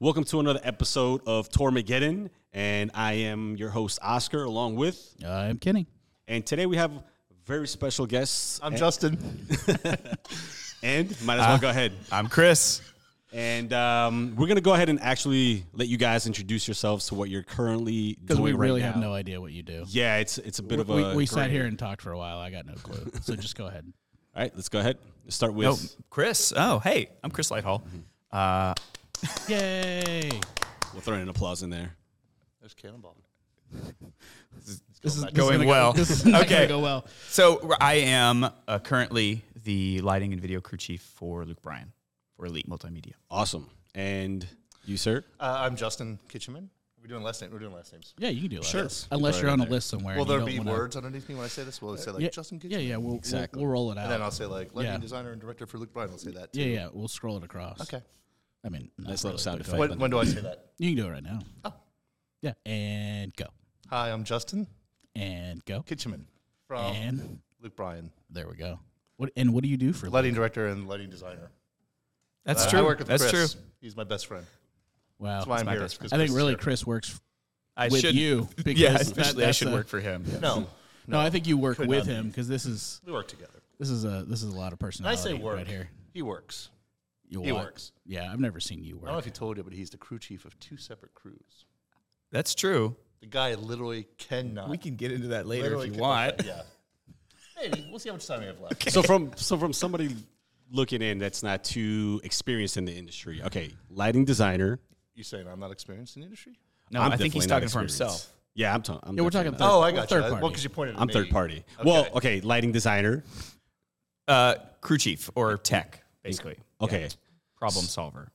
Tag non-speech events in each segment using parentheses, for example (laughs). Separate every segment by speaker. Speaker 1: Welcome to another episode of Tormageddon, and I am your host Oscar, along with,
Speaker 2: Uh, I'm kidding.
Speaker 1: and today we have very special guests.
Speaker 3: I'm Justin.
Speaker 1: and might as well
Speaker 2: Ah.
Speaker 1: go ahead.
Speaker 3: I'm Chris.
Speaker 1: And um, we're gonna go ahead and actually let you guys introduce yourselves to what you're currently
Speaker 2: Because
Speaker 1: doing
Speaker 2: we
Speaker 1: right
Speaker 2: really
Speaker 1: now.
Speaker 2: have no idea what you do.
Speaker 1: Yeah, it's it's a bit of a.
Speaker 4: uh,
Speaker 2: we we sat
Speaker 1: gray.
Speaker 2: here and talked for a while. I got no clue. So just go
Speaker 4: (laughs)
Speaker 2: ahead.
Speaker 1: All right, let's go ahead. Let's start with.
Speaker 3: Oh, Chris. Oh, hey, I'm Chris Lighthall. Uh,
Speaker 2: Yay!
Speaker 1: We'll throw in an applause in there.
Speaker 4: There's cannonball.
Speaker 2: This is this is
Speaker 3: Going
Speaker 2: gonna
Speaker 3: well.
Speaker 2: Go, this is not
Speaker 3: Okay.
Speaker 2: gonna go well.
Speaker 3: so I am uh, currently the lighting and video crew chief for Luke Bryan for Elite Multimedia.
Speaker 1: Awesome. And you,
Speaker 2: (laughs)
Speaker 1: sir?
Speaker 4: Uh, I'm Justin Kitchenman. We're doing last names. We're doing last names.
Speaker 2: Yeah, you can do that.
Speaker 1: Sure.
Speaker 2: Unless
Speaker 1: Right
Speaker 2: you're on a
Speaker 1: there.
Speaker 2: list somewhere.
Speaker 4: Will
Speaker 2: and you
Speaker 4: there
Speaker 2: don't
Speaker 4: be
Speaker 2: wanna-
Speaker 4: words underneath me when I say this? Will it say like
Speaker 2: Uh, Yeah,
Speaker 4: Justin Kitchenman?
Speaker 2: yeah, yeah. We'll,
Speaker 1: Exactly.
Speaker 2: we'll, we'll roll it out.
Speaker 4: And then I'll say like lighting
Speaker 2: Yeah.
Speaker 4: designer and director for Luke Bryan. I'll say that. Too.
Speaker 2: yeah, yeah. We'll scroll it across.
Speaker 4: Okay.
Speaker 2: I mean, not
Speaker 1: Nice little
Speaker 2: really,
Speaker 1: sound
Speaker 2: but go
Speaker 1: effect.
Speaker 2: ahead.
Speaker 4: When, when do I say that?
Speaker 2: You can do it right now.
Speaker 4: Oh.
Speaker 2: Yeah. And go.
Speaker 4: Hi, I'm Justin
Speaker 2: And go.
Speaker 4: Kitchenman from
Speaker 2: And
Speaker 4: Luke Bryan,
Speaker 2: there we go. What and what do you do for?
Speaker 4: lighting director and lighting designer.
Speaker 3: That's
Speaker 4: Uh,
Speaker 3: true.
Speaker 4: I work with
Speaker 3: That's
Speaker 4: Chris.
Speaker 3: true.
Speaker 4: He's my best friend.
Speaker 2: Wow.
Speaker 4: That's why I'm
Speaker 3: my
Speaker 4: here.
Speaker 3: best
Speaker 4: 'cause
Speaker 3: friend.
Speaker 2: I
Speaker 4: Chris
Speaker 2: think
Speaker 4: is
Speaker 2: really
Speaker 4: here.
Speaker 2: Chris works
Speaker 3: I
Speaker 2: with
Speaker 3: should.
Speaker 2: you because
Speaker 3: (laughs) yeah,
Speaker 2: that-
Speaker 3: especially I
Speaker 2: that's
Speaker 3: should
Speaker 2: a-
Speaker 3: work for him.
Speaker 4: No,
Speaker 2: No, I think you work
Speaker 4: could
Speaker 2: with
Speaker 4: not
Speaker 2: him because this is
Speaker 4: we work together.
Speaker 2: this is a this is a lot of
Speaker 4: And I
Speaker 2: personality.
Speaker 4: say work.
Speaker 2: Oh, right here.
Speaker 4: He works.
Speaker 2: You
Speaker 4: He
Speaker 2: what?
Speaker 4: works.
Speaker 2: Yeah, I've never seen you
Speaker 4: I don't know
Speaker 2: work.
Speaker 4: if he told you, but he's the crew chief of two separate crews.
Speaker 3: That's true.
Speaker 4: The guy literally cannot.
Speaker 3: We can get into that later
Speaker 4: literally
Speaker 3: if you
Speaker 4: cannot-
Speaker 3: (laughs) want.
Speaker 4: Yeah. Maybe we'll see how much time we have left.
Speaker 1: So from so from somebody looking in that's not too experienced in the industry. Okay, lighting designer.
Speaker 4: You saying I'm not experienced in the industry?
Speaker 3: No,
Speaker 1: I'm
Speaker 3: i think he's
Speaker 1: definitely not
Speaker 3: talking for
Speaker 1: experienced.
Speaker 3: himself.
Speaker 1: Yeah, I'm talking.
Speaker 2: Yeah, we're talking
Speaker 1: Third,
Speaker 2: third-
Speaker 4: Oh, I
Speaker 2: we're
Speaker 4: got
Speaker 2: third
Speaker 4: you.
Speaker 2: party.
Speaker 4: Well, because you pointed. At
Speaker 1: I'm
Speaker 4: me.
Speaker 1: third party. Well,
Speaker 4: Okay.
Speaker 1: okay, lighting designer.
Speaker 3: Uh, crew chief or tech, basically.
Speaker 1: Okay, Oh.
Speaker 3: Problem solver.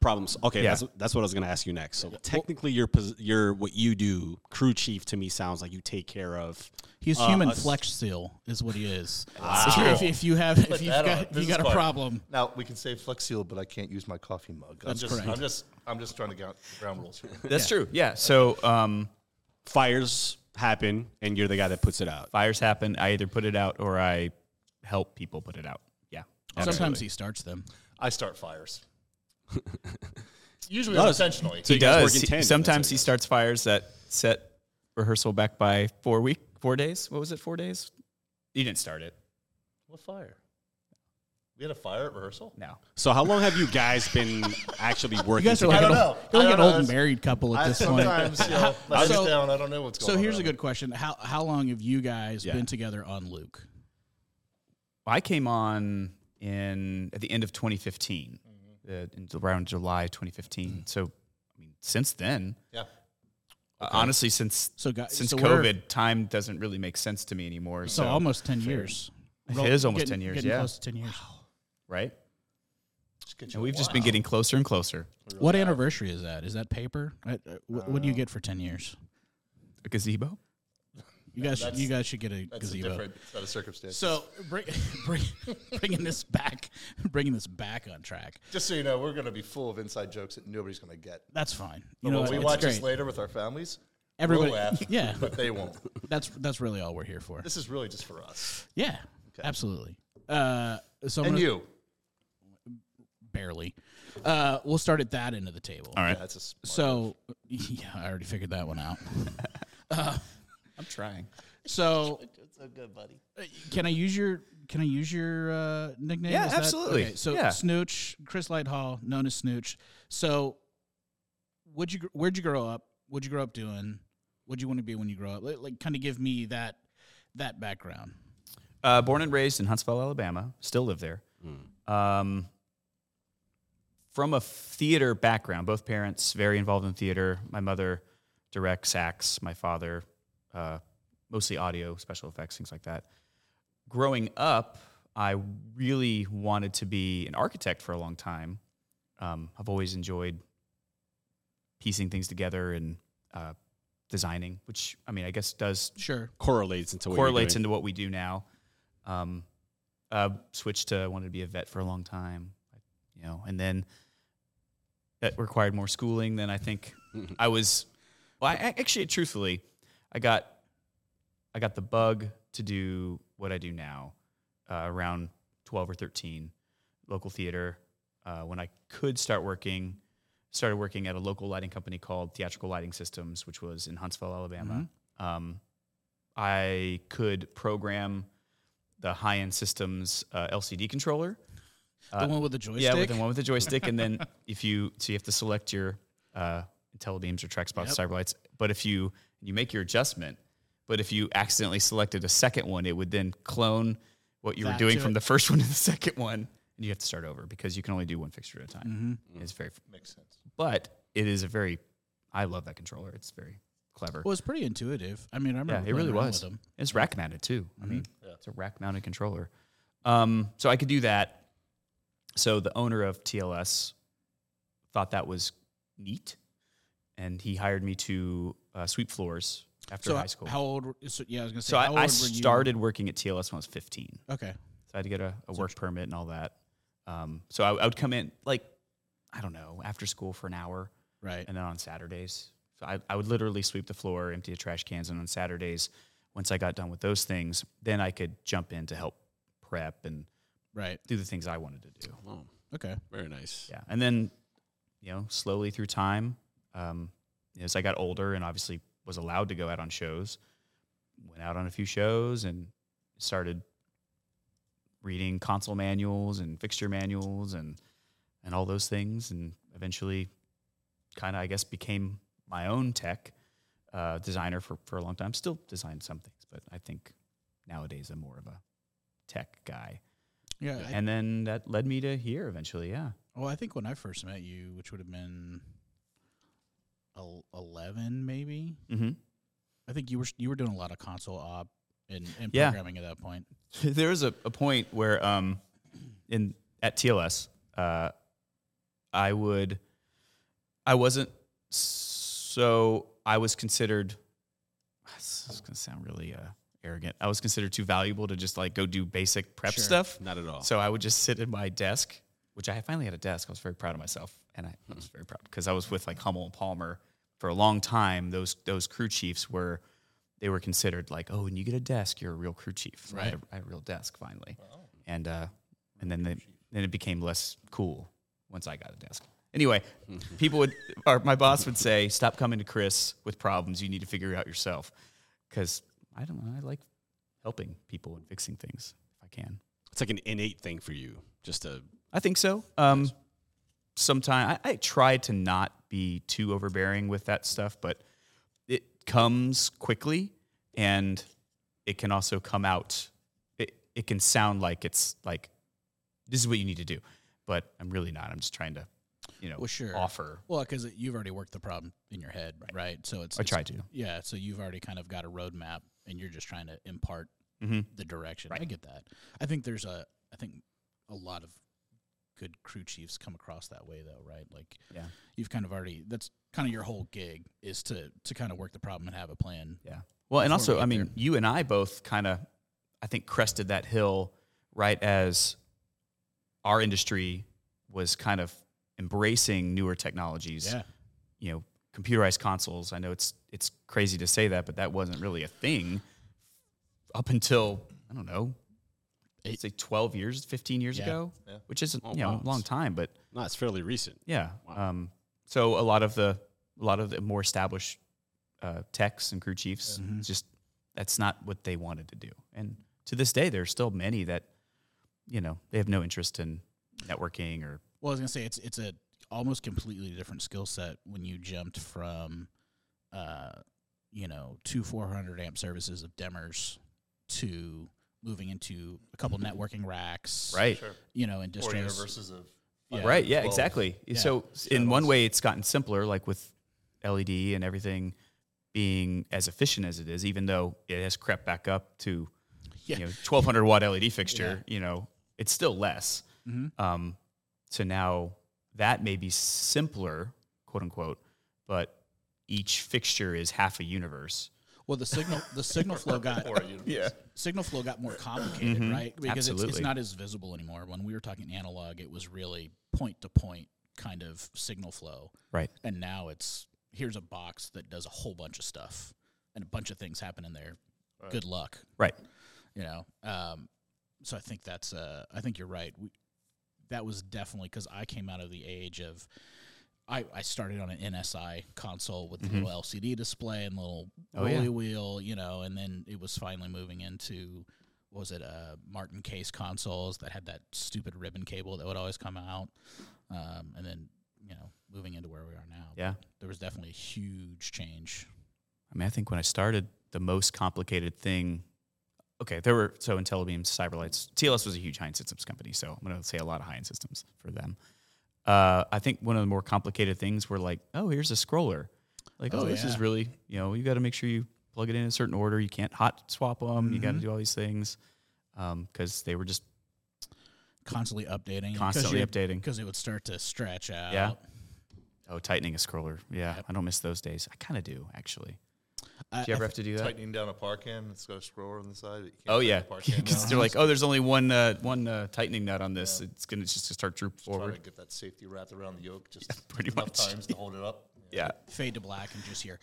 Speaker 1: problems. Okay,
Speaker 3: Yeah.
Speaker 1: that's that's what I was going to ask you next. So technically, your pos- your what you do, crew chief, to me sounds like you take care of.
Speaker 2: He's
Speaker 1: Uh,
Speaker 2: human
Speaker 1: us-
Speaker 2: flex seal is what he is.
Speaker 1: Wow.
Speaker 2: If, if, if you have if
Speaker 4: Put
Speaker 2: you've
Speaker 4: that
Speaker 2: got
Speaker 4: on.
Speaker 2: if
Speaker 4: This
Speaker 2: you
Speaker 4: is
Speaker 2: got a
Speaker 4: fun.
Speaker 2: problem,
Speaker 4: Now we can say Flex Seal, but I can't use my coffee mug. I'm
Speaker 2: That's
Speaker 4: just,
Speaker 2: correct.
Speaker 4: I'm just, I'm just trying to get ground rules here.
Speaker 3: That's true. Yeah. So um,
Speaker 1: Fires happen, and you're the guy that puts it out.
Speaker 3: fires happen. I either put it out or I help people put it out. Yeah.
Speaker 2: sometimes he starts them.
Speaker 4: I start
Speaker 2: (laughs)
Speaker 4: fires. Usually
Speaker 1: Does.
Speaker 4: unintentionally.
Speaker 1: So
Speaker 3: he
Speaker 1: you guys work
Speaker 3: does.
Speaker 1: in
Speaker 3: He-
Speaker 1: tandem, that's
Speaker 3: sometimes
Speaker 1: how it
Speaker 3: he
Speaker 1: goes.
Speaker 3: starts fires that set rehearsal back by four week, four days. What was it? Four days? You didn't start it.
Speaker 4: What fire? We had a fire at rehearsal.
Speaker 3: No.
Speaker 1: So how long have you guys
Speaker 3: (laughs)
Speaker 1: been actually working?
Speaker 2: You guys are like
Speaker 4: I
Speaker 2: an
Speaker 1: together?
Speaker 4: don't
Speaker 2: old,
Speaker 4: know.
Speaker 2: you're like
Speaker 4: I
Speaker 2: an
Speaker 4: don't know.
Speaker 2: old
Speaker 4: That's-
Speaker 2: married couple at
Speaker 4: I
Speaker 2: this point.
Speaker 4: (laughs) sometimes,
Speaker 2: (laughs)
Speaker 4: you know, let
Speaker 2: So-
Speaker 4: us down. I don't know what's going
Speaker 2: So
Speaker 4: on.
Speaker 2: here's a
Speaker 4: around
Speaker 2: good question: How how long have you guys
Speaker 1: Yeah.
Speaker 2: been together on Luke?
Speaker 3: I came on in at the end of 2015,
Speaker 1: Mm-hmm.
Speaker 3: uh, in around July 2015. So, I mean, since then,
Speaker 4: me. Yeah.
Speaker 3: uh, honestly, since
Speaker 2: So guys,
Speaker 3: since
Speaker 2: so we're-
Speaker 3: COVID, time doesn't really make sense to me anymore.
Speaker 2: so,
Speaker 3: So,
Speaker 2: almost ten years.
Speaker 3: It
Speaker 2: Roll-
Speaker 3: is almost
Speaker 2: getting-
Speaker 3: 10 years,
Speaker 2: Getting
Speaker 3: yeah.
Speaker 2: close to ten years.
Speaker 3: right,
Speaker 4: Just get you
Speaker 3: and we've
Speaker 4: a
Speaker 3: just been
Speaker 4: wow.
Speaker 3: getting closer and closer
Speaker 2: What anniversary is that? Is that paper? I, uh, what, what do you get for ten years?
Speaker 3: a gazebo.
Speaker 2: You guys, should,
Speaker 4: that's-
Speaker 2: you guys should get a
Speaker 4: That's a
Speaker 2: gazebo.
Speaker 4: different set of circumstances.
Speaker 2: So bring, (laughs) bring, bringing this back, bringing this back on track.
Speaker 4: just so you know, we're going to be full of inside jokes that nobody's going to get.
Speaker 2: That's fine.
Speaker 4: But
Speaker 2: You know,
Speaker 4: when we
Speaker 2: it's
Speaker 4: watch
Speaker 2: great.
Speaker 4: this later with our families,
Speaker 2: Everybody,
Speaker 4: we'll laugh.
Speaker 2: (laughs) yeah,
Speaker 4: but they won't.
Speaker 2: that's that's really all we're here for.
Speaker 4: This is really just for us
Speaker 2: Yeah, absolutely. Uh, so I'm
Speaker 4: and
Speaker 2: gonna-
Speaker 4: you.
Speaker 2: barely. Uh, we'll start at that end of the table.
Speaker 3: All right,
Speaker 4: That's a smart
Speaker 2: So, (laughs) yeah, I already figured that one out.
Speaker 3: I'm trying.
Speaker 2: So,
Speaker 4: It's so good, buddy.
Speaker 2: Uh, can I use your can I use your uh, nickname?
Speaker 3: Yeah,
Speaker 2: Is that-
Speaker 3: absolutely.
Speaker 2: okay, so
Speaker 3: Yeah.
Speaker 2: Snooch, Chris Lighthall, known as Snooch. So, would you gr- where'd you grow up? What'd you grow up doing? What'd you want to be when you grow up? Like, like kind of give me that that background.
Speaker 3: Uh, born and raised in Huntsville, Alabama. Still live there. Um, from a theater background, both parents very involved in theater. My mother directs acts. My father uh, mostly audio, special effects, things like that. Growing up, I really wanted to be an architect for a long time. Um, I've always enjoyed piecing things together and uh, designing, which I mean, I guess does
Speaker 2: Sure.
Speaker 1: correlates into what
Speaker 3: correlates
Speaker 1: you're doing.
Speaker 3: into what we do now. Um, uh, switched to I wanted to be a vet for a long time, you know, and then that required more schooling than
Speaker 1: (laughs)
Speaker 3: I think I was. Well, I, I- actually, truthfully, I got I got the bug to do what I do now uh, around twelve or thirteen, local theater. Uh, when I could start working, started working at a local lighting company called Theatrical Lighting Systems, which was in Huntsville, Alabama.
Speaker 1: Mm-hmm.
Speaker 3: Um, I could program the high end systems uh, LCD controller.
Speaker 2: the one with the joystick.
Speaker 3: Uh, Yeah, with the one with the joystick, and then (laughs) if you so you have to select your uh, IntelliBeams or track spots, cyberlights. But if you you make your adjustment, but if you accidentally selected a second one, it would then clone what you were
Speaker 2: Back
Speaker 3: doing
Speaker 2: to
Speaker 3: from
Speaker 2: it.
Speaker 3: the first (laughs) one to the second one, and you have to start over because you can only do one fixture at a time.
Speaker 2: Mm-hmm.
Speaker 3: It's very,
Speaker 4: Makes sense.
Speaker 3: but it is a very. I love that controller. It's very clever.
Speaker 2: Well, it's pretty intuitive. I mean, I remember
Speaker 3: yeah, it
Speaker 2: playing
Speaker 3: really
Speaker 2: around
Speaker 3: was.
Speaker 2: With Mm-hmm. them.
Speaker 3: It's rack mounted too. I mean, it's a rack mounted controller. Um, so I could do that. So the owner of TLS thought that was neat, and he hired me to uh, sweep floors after
Speaker 2: So
Speaker 3: high school.
Speaker 2: how old? were- So, yeah, I was gonna say.
Speaker 3: so
Speaker 2: how
Speaker 3: I, I
Speaker 2: old were you-
Speaker 3: started working at TLS when I was 15.
Speaker 2: Okay,
Speaker 3: So I had to get a, a work permit and all that. Um, so I, I would come in like, I don't know, after school for an hour
Speaker 2: right.
Speaker 3: and then on Saturdays. So I, I would literally sweep the floor, empty the trash cans, and on Saturdays, once I got done with those things, then I could jump in to help prep and
Speaker 2: Right.
Speaker 3: do the things I wanted to do.
Speaker 1: Oh,
Speaker 2: Okay.
Speaker 1: very nice.
Speaker 3: Yeah, and then you know, slowly through time, um, as I got older and obviously was allowed to go out on shows, went out on a few shows and started reading console manuals and fixture manuals and and all those things, and eventually, kind of I guess became my own tech uh, designer for for a long time. Still design some things, but I think nowadays I'm more of a tech guy.
Speaker 2: Yeah. I,
Speaker 3: And then that led me to here eventually. Yeah.
Speaker 2: well, I think when I first met you, which would have been el- eleven, maybe.
Speaker 3: Mm-hmm.
Speaker 2: I think you were you were doing a lot of console op and, and
Speaker 3: Yeah.
Speaker 2: programming at that point.
Speaker 3: (laughs) there was a, a point where um in at TLS uh I would I wasn't so I was considered (sighs) this is gonna sound really uh arrogant. I was considered too valuable to just like go do basic prep
Speaker 2: Sure.
Speaker 3: stuff.
Speaker 1: Not at all.
Speaker 3: So I would just sit at my desk, which I finally had a desk. I was very proud of myself, and I,
Speaker 1: Hmm.
Speaker 3: I was very proud because I was with like Hummel and Palmer for a long time. Those those crew chiefs were they were considered like, oh, when you get a desk, you're a real crew chief. So I, had a, I had a real desk finally, and uh, and then they, then it became less cool once I got a desk. Anyway,
Speaker 1: Hmm.
Speaker 3: people would, or my boss would say, stop coming to Chris with problems. You need to figure it out yourself, because I don't know. I like helping people and fixing things if I can.
Speaker 1: It's like an innate thing for you, just to
Speaker 3: I think so. Um, Sometimes I, I try to not be too overbearing with that stuff, but it comes quickly, and it can also come out. It it can sound like it's like this is what you need to do, but I'm really not. I'm just trying to, you know,
Speaker 2: Well, sure.
Speaker 3: offer.
Speaker 2: Well, because you've already worked the problem in your head, right? So it's
Speaker 3: I
Speaker 2: it's-
Speaker 3: try to.
Speaker 2: Yeah, so you've already kind of got a roadmap, and you're just trying to impart
Speaker 3: Mhm.
Speaker 2: the direction. I
Speaker 3: Right.
Speaker 2: get that. I think there's a, I think a lot of good crew chiefs come across that way, though, right? Like,
Speaker 3: Yeah.
Speaker 2: you've kind of already that's kind of your whole gig is to to kind of work the problem and have a plan.
Speaker 3: Yeah. Well,
Speaker 2: Before
Speaker 3: and
Speaker 2: we
Speaker 3: also,
Speaker 2: get
Speaker 3: I mean,
Speaker 2: there.
Speaker 3: you and I both kind of, I think, crested that hill right as our industry was kind of embracing newer technologies.
Speaker 2: Yeah,
Speaker 3: You know, computerized consoles. I know it's it's crazy to say that, but that wasn't really a thing up until I don't know, I'd say twelve years, fifteen years
Speaker 2: Yeah.
Speaker 3: ago,
Speaker 4: Yeah.
Speaker 3: which isn't
Speaker 1: Oh,
Speaker 3: you know
Speaker 1: wow.
Speaker 3: a long time, but
Speaker 1: no, it's fairly recent.
Speaker 3: yeah.
Speaker 1: Wow.
Speaker 3: Um, so a lot of the a lot of the more established uh, techs and crew chiefs just that's not what they wanted to do. And to this day, there are still many that you know they have no interest in networking or
Speaker 2: Well, I was gonna say it's it's a almost completely different skill set when you jumped from, uh, you know, two 400 amp services of Demers to moving into a couple networking racks,
Speaker 3: right,
Speaker 4: Sure.
Speaker 2: You know, and
Speaker 4: Or
Speaker 2: distros.
Speaker 4: universes of
Speaker 2: Yeah.
Speaker 3: right, yeah,
Speaker 4: 12.
Speaker 3: exactly. So in one way, it's gotten simpler, like with LED and everything being as efficient as it is, even though it has crept back up to
Speaker 2: Yeah.
Speaker 3: you know 1200 watt LED fixture. You know, it's still less.
Speaker 2: Mhm.
Speaker 3: Um, so now that may be simpler, quote unquote, but each fixture is half a universe.
Speaker 2: Well, the signal the signal
Speaker 4: (laughs)
Speaker 2: flow got
Speaker 4: or a universe. Yeah.
Speaker 2: signal flow got more complicated,
Speaker 3: Mhm.
Speaker 2: right? Because it's, it's
Speaker 3: Absolutely.
Speaker 2: not as visible anymore. When we were talking analog, it was really point to point kind of signal flow,
Speaker 3: Right.
Speaker 2: and now it's here's a box that does a whole bunch of stuff and a bunch of things happen in there. Good luck,
Speaker 3: Right.
Speaker 2: you know. Um, so I think that's uh, I think you're right. We, that was definitely because I came out of the age of I, I started on an NSI console with the little LCD display and little
Speaker 3: Mm-hmm. Oh,
Speaker 2: rolly
Speaker 3: yeah.
Speaker 2: wheel, you know, and then it was finally moving into what was it uh, Martin Case consoles that had that stupid ribbon cable that would always come out, um, and then you know moving into where we are now.
Speaker 3: Yeah.
Speaker 2: there was definitely a huge change.
Speaker 3: I mean, I think when I started, the most complicated thing. Okay, there were so IntelliBeams, Cyberlights, TLS was a huge high-end systems company, so I'm going to say a lot of high-end systems for them. Uh, I think one of the more complicated things were like, oh, here's a scroller. Like, oh,
Speaker 2: Oh,
Speaker 3: this is
Speaker 2: yeah.
Speaker 3: really, you know, you got to make sure you plug it in a certain order. You can't hot swap them. You got to
Speaker 2: Mm-hmm.
Speaker 3: do all these things because they were just
Speaker 2: Constantly updating,
Speaker 3: Constantly updating.
Speaker 2: because it would start to stretch out.
Speaker 3: Yeah. oh tightening a scroller. Yeah, I don't miss those days. I kind of do actually.
Speaker 2: I-
Speaker 3: Do you ever have to do that?
Speaker 4: Tightening down a park hand. It's got a scroller on the side. that you can't
Speaker 3: Oh
Speaker 4: tighten
Speaker 3: yeah,
Speaker 4: the Park
Speaker 3: (laughs)
Speaker 4: hand
Speaker 3: because
Speaker 4: down.
Speaker 3: they're like, oh, there's only one uh, one uh, tightening nut on this. It's gonna just start droop
Speaker 4: Trying
Speaker 3: forward.
Speaker 4: to get that safety wrapped around the yoke just
Speaker 3: pretty
Speaker 4: enough
Speaker 3: much.
Speaker 4: times to hold it up.
Speaker 3: Yeah,
Speaker 2: fade to black and just hear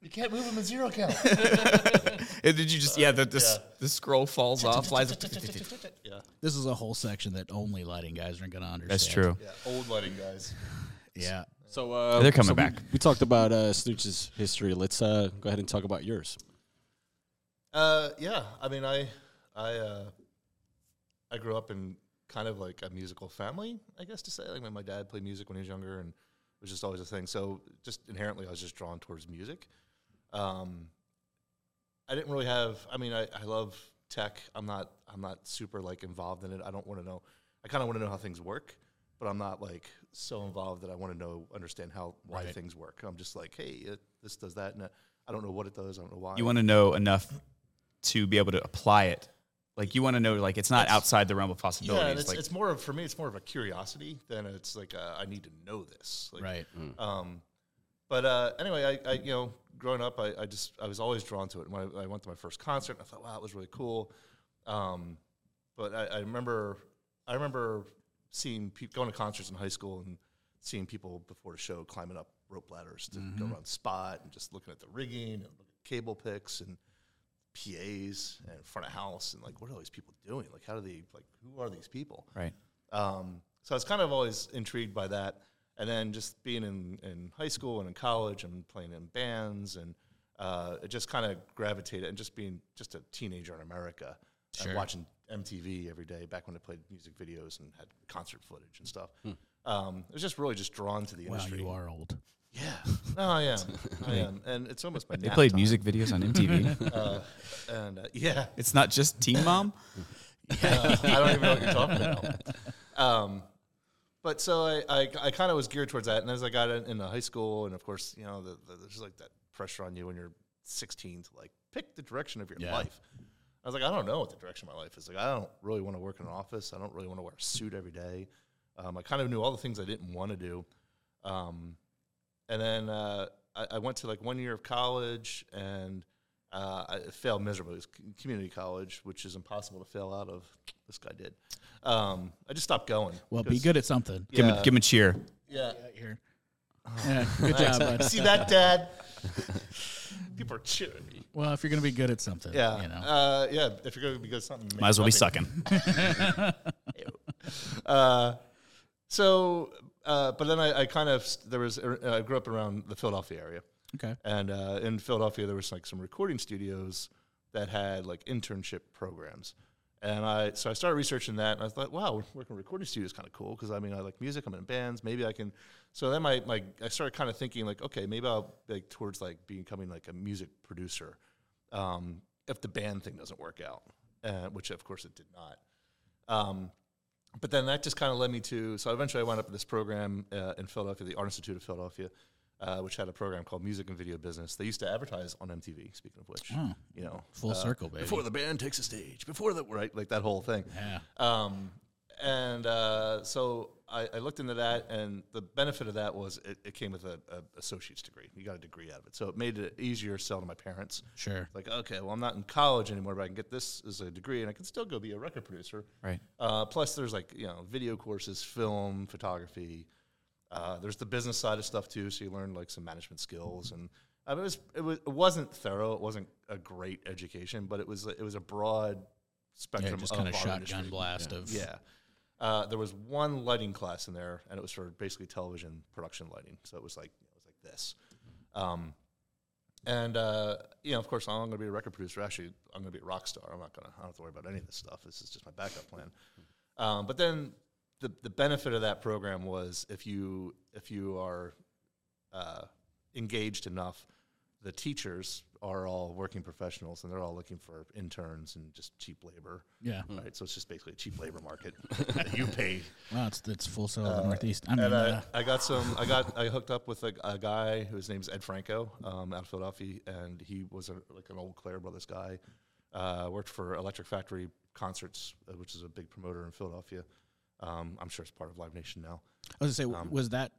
Speaker 4: You can't move them in zero count.
Speaker 3: and did you just yeah the the, s- the scroll falls off, (laughs) flies. up.
Speaker 4: yeah.
Speaker 2: this is a whole section that only lighting guys are going to understand.
Speaker 4: Yeah. Old lighting guys.
Speaker 2: Yeah.
Speaker 1: So uh,
Speaker 3: They're coming
Speaker 1: so we-
Speaker 3: back.
Speaker 1: We, talked about uh, Snooch's history. Let's uh, go ahead and talk about yours.
Speaker 4: Uh, yeah, I mean, I, I, uh, I grew up in kind of like a musical family, I guess to say. Like my, my dad played music when he was younger, and it was just always a thing. So just inherently, I was just drawn towards music. Um, I didn't really have. I mean, I, I love tech. I'm not. I'm not super like involved in it. I don't want to know. I kind of want to know how things work, but I'm not like so involved that I want to know understand how why
Speaker 2: Right.
Speaker 4: things work. I'm just like, hey, it, this does that, and that. I don't know what it does. I don't know why.
Speaker 3: You want to know enough to be able to apply it. Like you want to know, like it's not outside the realm of possibilities.
Speaker 4: Yeah, and it's,
Speaker 3: like
Speaker 4: it's more of for me. It's more of a curiosity than it's like uh, I need to know this. Like,
Speaker 2: Right.
Speaker 4: Um, but uh, anyway, I, I you know growing up, I, I just I was always drawn to it. When I, I went to my first concert, I thought, wow, it was really cool. Um, but I, I remember I remember seeing peop going to concerts in high school and seeing people before the show climbing up rope ladders to go on spot and just looking at the rigging and looking at cable picks and PAs and front of house and like what are all these people doing? Like how do they like who are these people?
Speaker 3: right.
Speaker 4: Um, so I was kind of always intrigued by that. And then just being in, in high school and in college and playing in bands and uh, it just kind of gravitated and just being just a teenager in America and watching MTV every day back when I played music videos and had concert footage and stuff. Um, I was just really just drawn to the
Speaker 2: Wow,
Speaker 4: industry.
Speaker 2: you are old.
Speaker 4: Yeah. No, I am. I am. And it's almost my
Speaker 3: They
Speaker 4: nap
Speaker 3: played
Speaker 4: time.
Speaker 3: music videos on MTV.
Speaker 4: Uh, and uh, yeah.
Speaker 3: (laughs) it's not just (laughs) Teen Mom.
Speaker 4: Uh, (laughs) I don't even know what you're talking about. Um, but so I, I, I kind of was geared towards that. And as I got in, into high school, and of course, you know, the, the, there's like that pressure on you when you're 16 to like pick the direction of your
Speaker 2: Yeah.
Speaker 4: life. I was like, I don't know what the direction of my life is. Like, I don't really want to work in an office. I don't really want to wear a suit every day. Um, I kind of knew all the things I didn't want to do. Um, and then uh, I, I went to like one year of college and uh, I failed miserably. It was c- community college, which is impossible to fail out of. This guy did. Um, I just stopped going.
Speaker 2: Well, be
Speaker 4: because-
Speaker 2: good at something.
Speaker 3: Give him,
Speaker 4: Yeah. Oh.
Speaker 3: give him a cheer.
Speaker 4: Yeah.
Speaker 2: Right here. Yeah, good
Speaker 4: (laughs)
Speaker 2: job, bud.
Speaker 4: See that, Dad? People are cheering me.
Speaker 2: Well, if you're going to be good at something,
Speaker 4: Yeah.
Speaker 2: you know,
Speaker 4: Uh, yeah. If you're going to be good at something, make
Speaker 3: Might as well be
Speaker 4: nothing.
Speaker 3: sucking.
Speaker 4: Uh, so, uh, but then I, I kind of, there was, uh, I grew up around the Philadelphia area.
Speaker 2: okay,
Speaker 4: And uh, in Philadelphia, there was like some recording studios that had like internship programs. And I, so I started researching that and I thought, wow, working in a recording studio is kind of cool because I mean, I like music, I'm in bands, maybe I can. So then my, my I started kind of thinking like, okay, maybe I'll like towards like becoming like a music producer um, if the band thing doesn't work out, uh, which of course it did not. Um, but then that just kind of led me to so eventually i wound up at this program uh, in philadelphia the art institute of philadelphia uh, which had a program called music and video business they used to advertise on mtv speaking of which
Speaker 2: Oh.
Speaker 4: you know
Speaker 2: full circle, baby.
Speaker 4: Uh, before the band takes the stage before the right like that whole thing
Speaker 2: yeah,
Speaker 4: um, and uh, so I, I looked into that, and the benefit of that was it, it came with an associate's degree. You got a degree out of it, so it made it easier to sell to my parents.
Speaker 2: sure.
Speaker 4: Like, okay, well, I'm not in college anymore, but I can get this as a degree, and I can still go be a record producer.
Speaker 3: Right.
Speaker 4: Uh, plus, there's like you know video courses, film, photography. Uh, there's the business side of stuff too, so you learn like some management skills, and I mean, it was it was it wasn't thorough, it wasn't a great education, but it was it was a broad
Speaker 2: Yeah,
Speaker 4: spectrum
Speaker 2: just
Speaker 4: of
Speaker 2: kind of
Speaker 4: our
Speaker 2: shotgun
Speaker 4: industry.
Speaker 2: blast of
Speaker 4: Yeah. Uh, there was one lighting class in there, and it was for basically television production lighting. So it was like it was like this. Um, and uh, you know, of course, I'm going to be a record producer. Actually, I'm going to be a rock star. I'm not going to. I don't have to worry about any of this stuff. This is just my backup plan. Um, but then the the benefit of that program was if you if you are uh, engaged enough, the teachers are all working professionals, and they're all looking for interns and just cheap labor.
Speaker 2: Yeah.
Speaker 4: Right. So it's just basically
Speaker 2: (laughs)
Speaker 4: a cheap labor market that you pay.
Speaker 2: Wow, it's, it's full sail of the Northeast. I mean,
Speaker 4: (laughs) And
Speaker 2: uh,
Speaker 4: I, I got some. I got. I hooked up with a, a guy whose name's Ed Franco um, out of Philadelphia, and he was a, like an old Clare Brothers guy. Uh, worked for Electric Factory Concerts, uh, which is a big promoter in Philadelphia. Um, I'm sure it's part of Live Nation now.
Speaker 2: I was gonna say,
Speaker 4: um,
Speaker 2: was that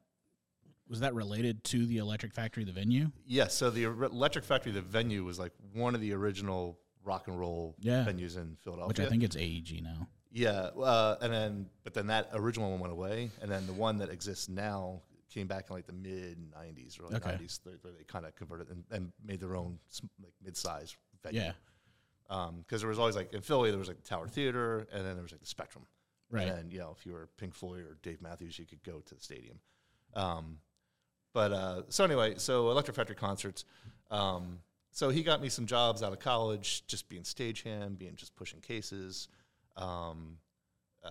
Speaker 2: was that related to the Electric Factory, the venue?
Speaker 4: Yes. so the Re- Electric Factory, the venue, was like one of the original rock and roll
Speaker 2: Yeah.
Speaker 4: venues in Philadelphia.
Speaker 2: Which I think it's AEG now.
Speaker 4: Yeah, uh, and then but then that original one went away, and then the one that exists now came back in like the mid '90s, early
Speaker 2: Okay.
Speaker 4: '90s, where where they kind of converted and, and made their own s- like mid-sized venue.
Speaker 2: Yeah,
Speaker 4: because there was always like in Philly there was like the Tower Theater, and then there was like the Spectrum.
Speaker 2: right.
Speaker 4: And then, you know, if you were Pink Floyd or Dave Matthews, you could go to the stadium. Um, but uh, so anyway, so Electric Factory concerts. Um, so he got me some jobs out of college, just being stagehand, being just pushing cases, um, uh,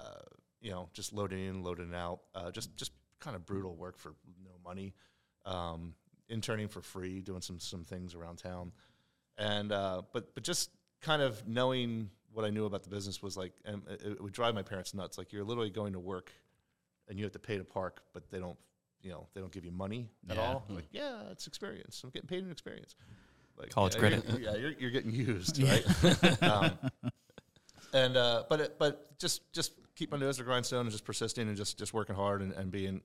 Speaker 4: you know, just loading in, loading out, uh, just just kind of brutal work for no money, um, interning for free, doing some some things around town and uh, but but just kind of knowing what I knew about the business was like, and it, it would drive my parents nuts. Like you're literally going to work, and you have to pay to park, but they don't, you know, they don't give you money at
Speaker 2: Yeah.
Speaker 4: all. Like yeah, it's experience. I'm getting paid in experience. Like,
Speaker 3: College
Speaker 4: yeah,
Speaker 3: credit.
Speaker 4: You're, yeah, you're, you're getting used,
Speaker 3: (laughs)
Speaker 4: right? um, and uh, but it, but just just keep my nose to the grindstone and just persisting and just just working hard and, and being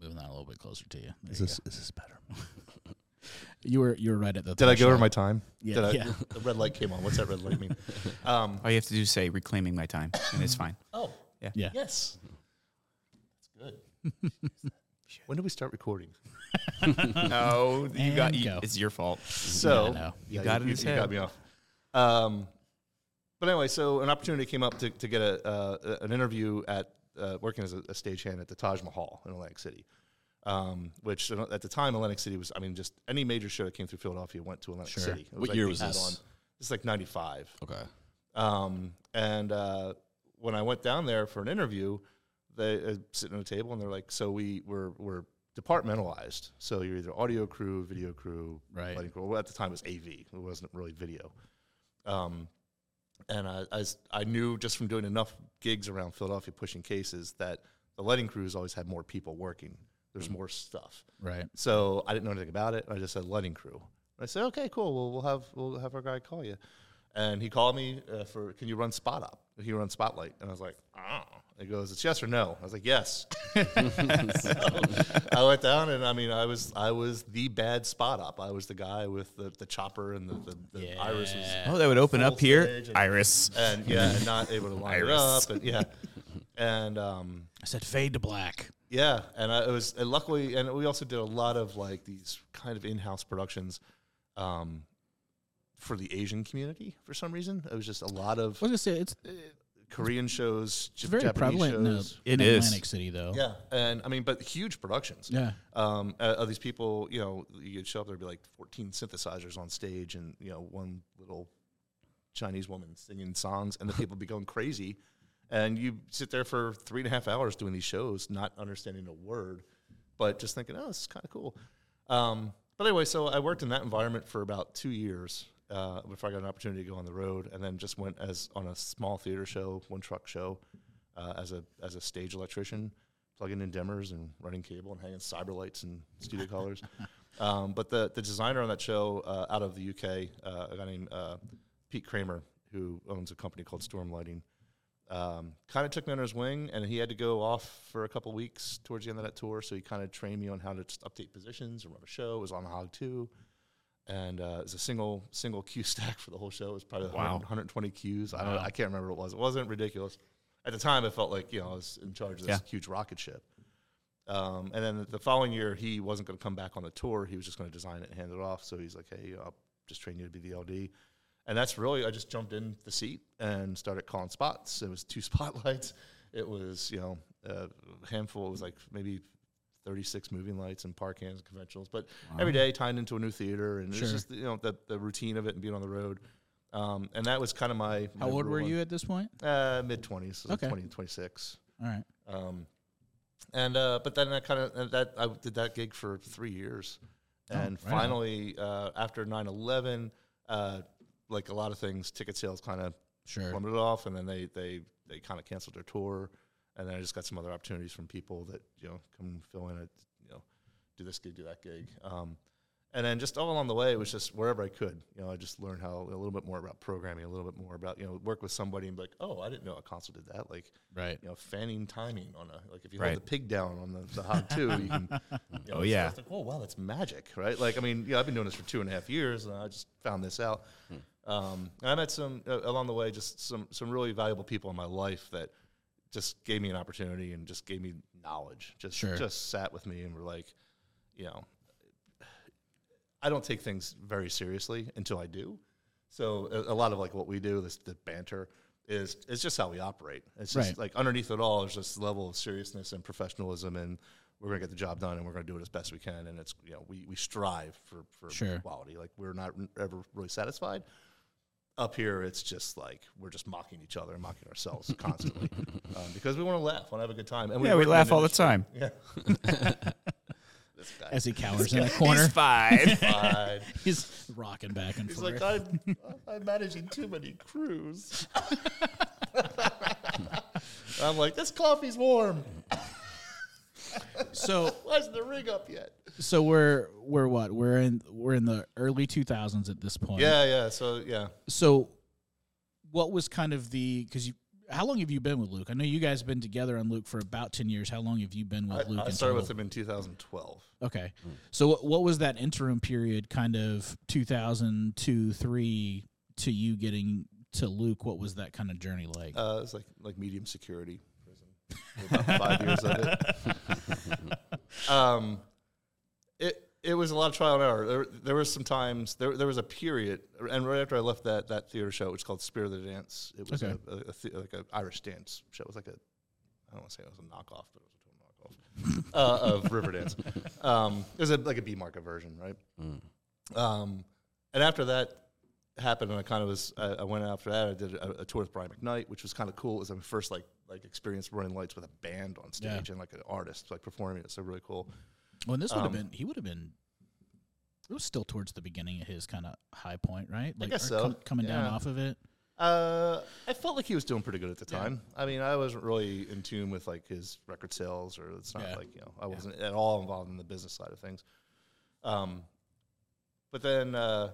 Speaker 2: Moving that a little bit closer to you. There you go.
Speaker 1: is this better?
Speaker 2: (laughs) You were you were right at the.
Speaker 4: Did I go over
Speaker 2: threshold.
Speaker 4: my time?
Speaker 2: Yeah.
Speaker 4: Did I,
Speaker 2: Yeah.
Speaker 4: (laughs) The red light came on. What's that red light mean? (laughs) Um,
Speaker 3: All you have to do is say reclaiming my time, and it's (laughs) fine.
Speaker 4: oh,
Speaker 3: Yeah.
Speaker 2: Yeah.
Speaker 3: (laughs)
Speaker 4: Yes. That's good. when did we start recording?
Speaker 3: no, Oh, you
Speaker 2: And
Speaker 3: got. You,
Speaker 2: go.
Speaker 3: It's your fault.
Speaker 4: So
Speaker 2: know.
Speaker 4: yeah,
Speaker 3: got it in his
Speaker 4: you got
Speaker 3: head.
Speaker 4: me off. Um, but anyway, so an opportunity came up to, to get a, uh, an interview at uh, working as a, a stagehand at the Taj Mahal in Atlantic City, um, which uh, at the time Atlantic City was, I mean, just any major show that came through Philadelphia went to Atlantic
Speaker 2: Sure.
Speaker 4: City. It
Speaker 1: What
Speaker 4: like
Speaker 1: year
Speaker 4: the
Speaker 1: was this?
Speaker 4: add-on. This is like '95.
Speaker 1: Okay.
Speaker 4: Um, and uh, when I went down there for an interview, they uh, sitting at a table and they're like, "So we we're, we're departmentalized. So you're either audio crew, video crew,
Speaker 2: Right.
Speaker 4: lighting crew. Well, at the time it was AV. It wasn't really video. Um, and I, I s- I knew just from doing enough gigs around Philadelphia pushing cases that the lighting crews always had more people working. There's more stuff.
Speaker 2: right.
Speaker 4: So I didn't know anything about it. I just said lighting crew. And I said, okay, cool. Well, we'll have we'll have our guy call you. And he called me uh, for, can you run spot up? He runs spotlight, and I was like, oh. He goes, it's yes or no. I was like, yes. (laughs) So I went down, and I mean, I was I was the bad spot up. I was the guy with the, the chopper and the the, the iris was
Speaker 3: Oh, that would open up here,
Speaker 4: stage and-
Speaker 3: Iris.
Speaker 4: and yeah, and not able to line it
Speaker 3: Iris.
Speaker 4: up, and yeah, and um,
Speaker 2: I said fade to black.
Speaker 4: yeah, and I, it was and luckily, and we also did a lot of like these kind of in-house productions, um, for the Asian community. For some reason, it was just a lot of
Speaker 2: I was gonna say it's,
Speaker 4: Korean shows,
Speaker 2: it's
Speaker 4: J-
Speaker 2: very
Speaker 4: Japanese
Speaker 2: prevalent in, the,
Speaker 4: shows.
Speaker 2: in
Speaker 3: It is.
Speaker 2: Atlantic City though.
Speaker 4: yeah, and I mean, but huge productions.
Speaker 2: Yeah.
Speaker 4: Um, uh, of these people, you know, you could show up there'd be like fourteen synthesizers on stage, and you know, one little Chinese woman singing songs,
Speaker 2: (laughs)
Speaker 4: and the people would be going crazy. And you sit there for three and a half hours doing these shows, not understanding a word, but just thinking, oh, this is kind of cool. Um, but anyway, so I worked in that environment for about two years uh, before I got an opportunity to go on the road, and then just went as on a small theater show, one truck show, uh, as a as a stage electrician, plugging in dimmers and running cable and hanging cyber lights and studio colors. Um, but the the designer on that show uh, out of the UK, uh, a guy named uh, Pete Kramer, who owns a company called Storm Lighting, um, kind of took me under his wing, and he had to go off for a couple weeks towards the end of that tour. So he kind of trained me on how to just update positions and run a show. It was on the Hog Two, and uh, it was a single single (laughs) cue stack for the whole show. It was probably 100,
Speaker 3: Wow.
Speaker 4: 120 cues. I don't, I can't remember what it was. It wasn't ridiculous. At the time, I felt like you know I was in charge of this
Speaker 3: Yeah.
Speaker 4: huge rocket ship. Um, and then the following year, he wasn't going to come back on the tour. He was just going to design it and hand it off. So he's like, "Hey, I'll just train you to be the LD." And that's really I just jumped in the seat and started calling spots. It was two (laughs) spotlights. It was, you know, a handful. It was like maybe 36 moving lights and park hands and conventionals, but every day tied into a new theater. And
Speaker 2: Sure.
Speaker 4: it's just, you know, the, the routine of it and being on the road. Um, and that was kind of my.
Speaker 2: How
Speaker 4: my
Speaker 2: old were
Speaker 4: rule.
Speaker 2: you at this point?
Speaker 4: Uh, Mid 20s, so
Speaker 2: Okay.
Speaker 4: 20 to 26.
Speaker 2: All
Speaker 4: (laughs)
Speaker 2: right.
Speaker 4: Um, and uh, but then I kind of that I did that gig for three years, and
Speaker 2: right on.
Speaker 4: finally uh, after 9-11, uh, like a lot of things, ticket sales kind of
Speaker 2: Sure.
Speaker 4: plummeted off, and then they they they kind of canceled their tour, and then I just got some other opportunities from people that you know come fill in at you know do this gig, do that gig, um, and then just all along the way it was just wherever I could, you know, I just learned how a little bit more about programming, a little bit more about you know work with somebody and be like, oh, I didn't know a console did that, like
Speaker 2: Right.
Speaker 4: you know, fanning timing on a like if you
Speaker 3: Right.
Speaker 4: hold the pig down on the, the hog too, you
Speaker 3: (laughs)
Speaker 4: can. You know,
Speaker 3: Oh,
Speaker 4: it's-
Speaker 3: yeah.
Speaker 4: it's like, oh wow, that's magic, right? Like I mean, yeah, I've been doing this for two and a half years, and I just found this out.
Speaker 3: Hmm.
Speaker 4: Um, and I met some uh, along the way, just some some really valuable people in my life that just gave me an opportunity and just gave me knowledge. Just
Speaker 2: Sure.
Speaker 4: just sat with me and were like, you know, I don't take things very seriously until I do. So a, a lot of like what we do, this the banter is it's just how we operate. It's just
Speaker 2: Right.
Speaker 4: like underneath it all, there's this level of seriousness and professionalism, and we're gonna get the job done, and we're gonna do it as best we can. And it's you know we we strive for for
Speaker 2: Sure.
Speaker 4: quality. Like we're not ever really satisfied. Up here, it's just like we're just mocking each other and mocking ourselves
Speaker 3: (laughs)
Speaker 4: constantly um, because we want to laugh, want to have a good time, and
Speaker 3: Yeah, we
Speaker 4: work in
Speaker 3: laugh
Speaker 4: an
Speaker 3: all the
Speaker 4: industry-
Speaker 3: time.
Speaker 4: Yeah, this guy.
Speaker 2: As he cowers in a corner,
Speaker 3: He's fine.
Speaker 4: Fine.
Speaker 2: (laughs) he's rocking back and
Speaker 4: He's
Speaker 2: forth.
Speaker 4: like, I'm, (laughs) I'm managing too many crews. (laughs) I'm like, this coffee's warm. "Ah."
Speaker 2: so,
Speaker 4: Why isn't the rig up yet?
Speaker 2: so we're we're what we're in we're in the early two thousands at this point.
Speaker 4: Yeah, yeah. So, yeah.
Speaker 2: So, what was kind of the because you how long have you been with Luke? I know you guys have been together on Luke for about ten years. How long have you been
Speaker 4: I,
Speaker 2: with Luke?
Speaker 4: I
Speaker 2: in
Speaker 4: started
Speaker 2: total?
Speaker 4: with him Hmm. in 2012.
Speaker 2: Okay. So what, what was that interim period kind of 2002 3 to you getting to Luke what was that kind of journey like?
Speaker 4: Uh, it was like, like medium security prison. About five years of it.
Speaker 2: (laughs)
Speaker 4: Um, it it was a lot of trial and error. There, there was some times there there was a period, and right after I left that that theater show, which is called Spirit of the Dance, it was
Speaker 2: Okay.
Speaker 4: a, a, a the, like an Irish dance show. It was like a I don't want to say it was a knockoff, but it was
Speaker 2: (laughs)
Speaker 4: a total knockoff uh, of Riverdance. Um, it was a, like a B market version, right? Um, and after that happened, and I kind of was, I, I went after that. I did a, a tour with Brian McKnight, which was kind of cool. It was my first like like experience running lights with a band on
Speaker 2: Yeah.
Speaker 4: stage and like an artist like performing it. So really cool.
Speaker 2: well, and this would have
Speaker 4: um,
Speaker 2: been he would have been it was still towards the beginning of his kind of high point, right? Like
Speaker 4: guess
Speaker 2: or
Speaker 4: so.
Speaker 2: coming down
Speaker 4: Yeah.
Speaker 2: off of it.
Speaker 4: Uh, I felt like he was doing pretty good at the
Speaker 2: Yeah.
Speaker 4: time. I mean, I wasn't really in tune with like his record sales, or it's not
Speaker 2: Yeah.
Speaker 4: like you know, I wasn't at all involved in the business side of things. Um, but then uh,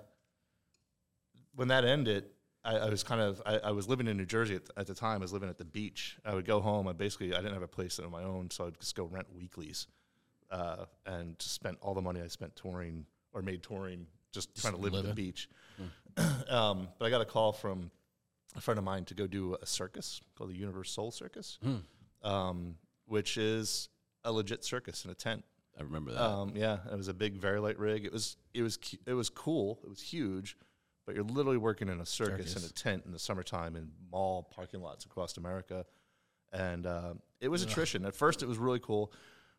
Speaker 4: when that ended, I, I was kind of I, I was living in New Jersey at, at the time. I was living at the beach. I would go home. I basically I didn't have a place of my own, so I'd just go rent weeklies, uh, and just spent all the money I spent touring or made touring just trying to live at
Speaker 2: living. Hmm.
Speaker 4: the beach. (clears throat) um, but I got a call from a friend of mine to go do a circus called the Universe Soul Circus, um, which is a legit circus in a tent.
Speaker 1: I remember that.
Speaker 4: Um, yeah, it was a big very light rig. It was it was cu- it was cool. It was huge, but you're literally working in a circus, in a
Speaker 2: Circus.
Speaker 4: tent in the summertime in mall parking lots across America, and uh, it was attrition. At first, it was really cool.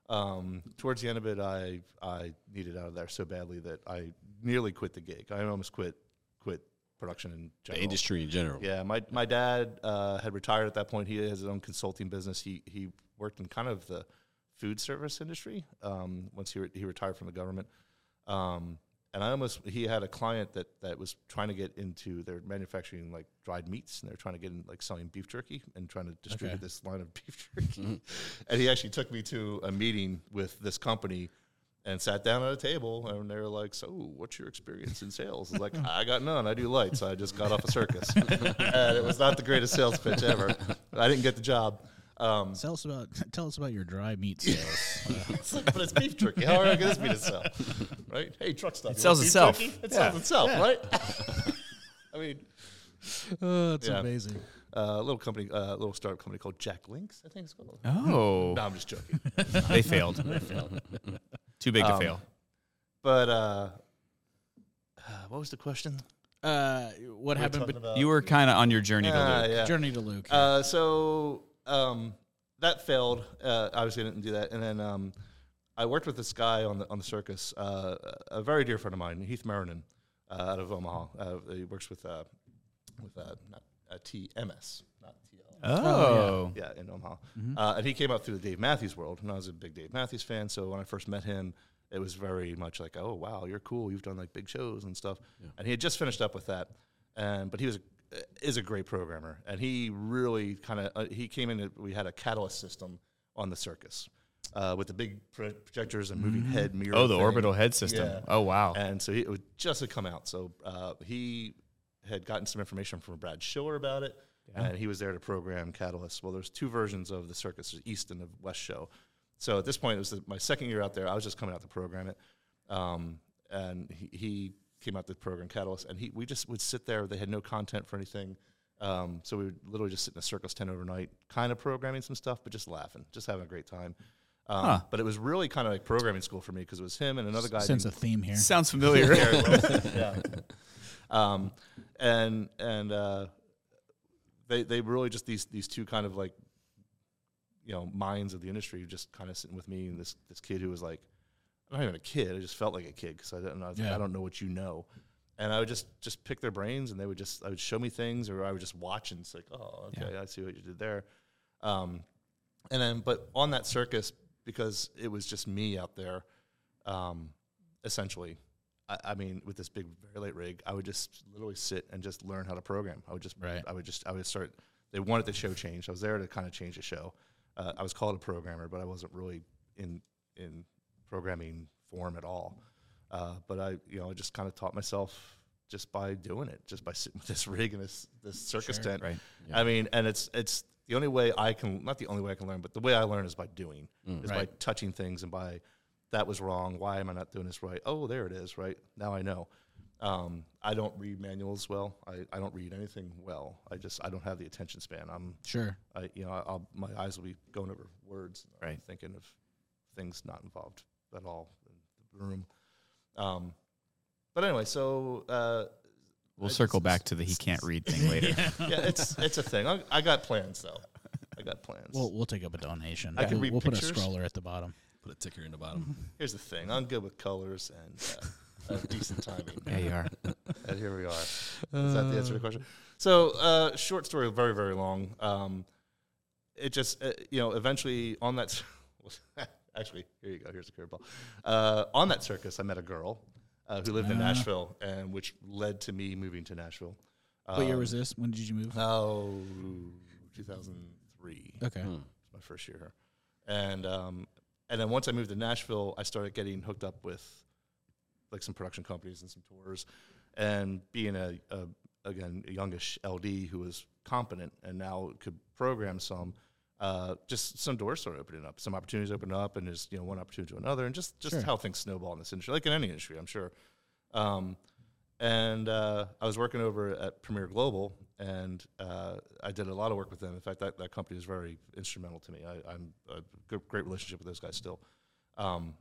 Speaker 4: Um, towards the end of it, I I needed out of there so badly that I nearly quit the gig. I almost quit quit production in
Speaker 1: the
Speaker 4: general.
Speaker 1: industry in general.
Speaker 4: Yeah, my my dad uh, had retired at that point. He has his own consulting business. He he worked in kind of the food service industry. Um, once he re- he retired from the government, um, and I almost he had a client that that was trying to get into their manufacturing like dried meats, and they're trying to get in like selling beef jerky and trying to distribute
Speaker 2: Okay.
Speaker 4: this line of (laughs) beef jerky. and he actually took me to a meeting with this company. And sat down at a table, and they were like, "So, what's your experience in sales?" It's like, "I got none. I do lights. I just got off a circus, and it was not the greatest sales pitch ever. I didn't get the job. Um,
Speaker 2: Tell us about (laughs) tell us about your dry meat sales.
Speaker 4: (laughs)
Speaker 2: Uh,
Speaker 4: it's like, but it's beef jerky. How hard can this be to sell? Right? Hey, truck stop. It
Speaker 3: sells itself.
Speaker 4: It
Speaker 3: Yeah.
Speaker 4: sells itself, right? (laughs) I mean,
Speaker 2: (laughs) oh, it's
Speaker 4: Yeah.
Speaker 2: amazing.
Speaker 4: uh, a little company, a little startup company called Jack Links, I think it's called.
Speaker 3: Oh,
Speaker 4: No, I'm just joking. (laughs)
Speaker 3: they failed. They failed. Too big to
Speaker 4: Um,
Speaker 3: fail.
Speaker 4: But uh, uh, what was the question?
Speaker 2: Uh, what
Speaker 4: We were
Speaker 2: happened?
Speaker 4: talking
Speaker 2: But
Speaker 4: about-
Speaker 3: You were kind of on your journey to
Speaker 4: Ah, Yeah,
Speaker 3: Luke.
Speaker 4: yeah.
Speaker 2: journey to Luke.
Speaker 4: Uh, so um, that failed. Uh, obviously, I didn't do that. And then um, I worked with this guy on the on the circus, uh, a very dear friend of mine, Heath Merrinan, uh, out of Omaha. Uh, he works with uh, with uh, not, uh, TMS, not TL.
Speaker 3: Oh,
Speaker 4: Uh, Yeah, in Omaha. Uh, and he came up through the Dave Matthews world, and I was a big Dave Matthews fan. So when I first met him, it was very much like, "Oh wow, you're cool. You've done like big shows and stuff." And he had just finished up with that, and but he was a, is a great programmer, and he really kind of uh, he came in. and We had a catalyst system on the circus uh, with the big pro- projectors and moving head mirror.
Speaker 3: oh, the
Speaker 4: thing.
Speaker 3: orbital head system.
Speaker 4: Yeah.
Speaker 3: Oh wow.
Speaker 4: And so he, it would just had come out. So uh, he had gotten some information from Brad Schiller about it, and he was there to program Catalyst. Well, there's two versions of the circus, there's East and the West show. So at this point, it was the, my second year out there. I was just coming out to program it, um, and he, he came out to program Catalyst, and he we just would sit there. They had no content for anything. Um, so we would literally just sit in a circus tent overnight, kind of programming some stuff, but just laughing, just having a great time. Um, But it was really kind of like programming school for me because it was him and another guy.
Speaker 2: Sense
Speaker 4: named-
Speaker 2: a theme here.
Speaker 3: Sounds familiar.
Speaker 4: (laughs) Very well. yeah. Um, and and uh, they they really just these these two kind of like you know minds of the industry just kind of sitting with me and this this kid who was like I'm not even a kid I just felt like a kid because I didn't know I, was like,
Speaker 2: Yeah.
Speaker 4: I don't know what you know and I would just just pick their brains and they would just I would show me things or I would just watch and it's like oh okay I see what you did there um, and then but on that circus because it was just me out there um, essentially I, I mean with this big very late rig i would just literally sit and just learn how to program i would just
Speaker 2: Right.
Speaker 4: i would just i would start they wanted the show changed i was there to kind of change the show uh, i was called a programmer but i wasn't really in in programming form at all uh, but i you know i just kind of taught myself just by doing it just by sitting (laughs) with this rig and this this circus tent
Speaker 3: Right.
Speaker 4: I mean, and it's it's the only way I can not the only way I can learn, but the way I learn is by doing, is by
Speaker 2: Right.
Speaker 4: touching things and by that was wrong. Why am I not doing this right? Oh, there it is. Right now I know. Um, I don't read manuals well. I, I don't read anything well. I just I don't have the attention span. I'm
Speaker 2: Sure.
Speaker 4: I, you know I'll, my eyes will be going over words, and
Speaker 3: Right.
Speaker 4: Thinking of things not involved at all in the room. Um, but anyway, so uh,
Speaker 3: We'll circle back to the he can't read
Speaker 2: (laughs)
Speaker 3: thing later.
Speaker 4: (laughs) yeah,
Speaker 3: (laughs)
Speaker 4: it's it's a thing. I, I got plans though. I got plans.
Speaker 2: We'll we'll take up a donation.
Speaker 4: I can
Speaker 2: we'll
Speaker 4: read
Speaker 2: we'll put a
Speaker 4: pictures.
Speaker 2: scroller at the bottom.
Speaker 1: Put a ticker in the bottom.
Speaker 4: Here's the thing. I'm good with colors and uh, uh, decent timing.
Speaker 3: Yeah, you are.
Speaker 4: And here we are. (laughs) Is that the answer
Speaker 2: Mm.
Speaker 4: to the question? So, uh, short story, very very long. Um, it just uh, you know eventually on that. (laughs) actually, here you go. Here's a curveball. Uh, on that circus, I met a girl uh, who lived in
Speaker 2: Ah.
Speaker 4: Nashville, and which led to me moving to Nashville.
Speaker 2: what
Speaker 4: Um,
Speaker 2: year was this? When did you move?
Speaker 4: Oh, 2003.
Speaker 2: okay.
Speaker 3: Hmm.
Speaker 4: my first year here. And um, and then once I moved to Nashville, I started getting hooked up with like some production companies and some tours. And being a, a again a youngish LD who was competent and now could program some, uh, just some doors started opening up, some opportunities opened up, and just you know one opportunity to another, and just just
Speaker 2: Sure.
Speaker 4: how things snowball in this industry, like in any industry, I'm sure. Um, and uh, I was working over at Premier Global, and uh, I did a lot of work with them. In fact, that, that company is very instrumental to me. I, I'm a good, great relationship with those guys still. Um,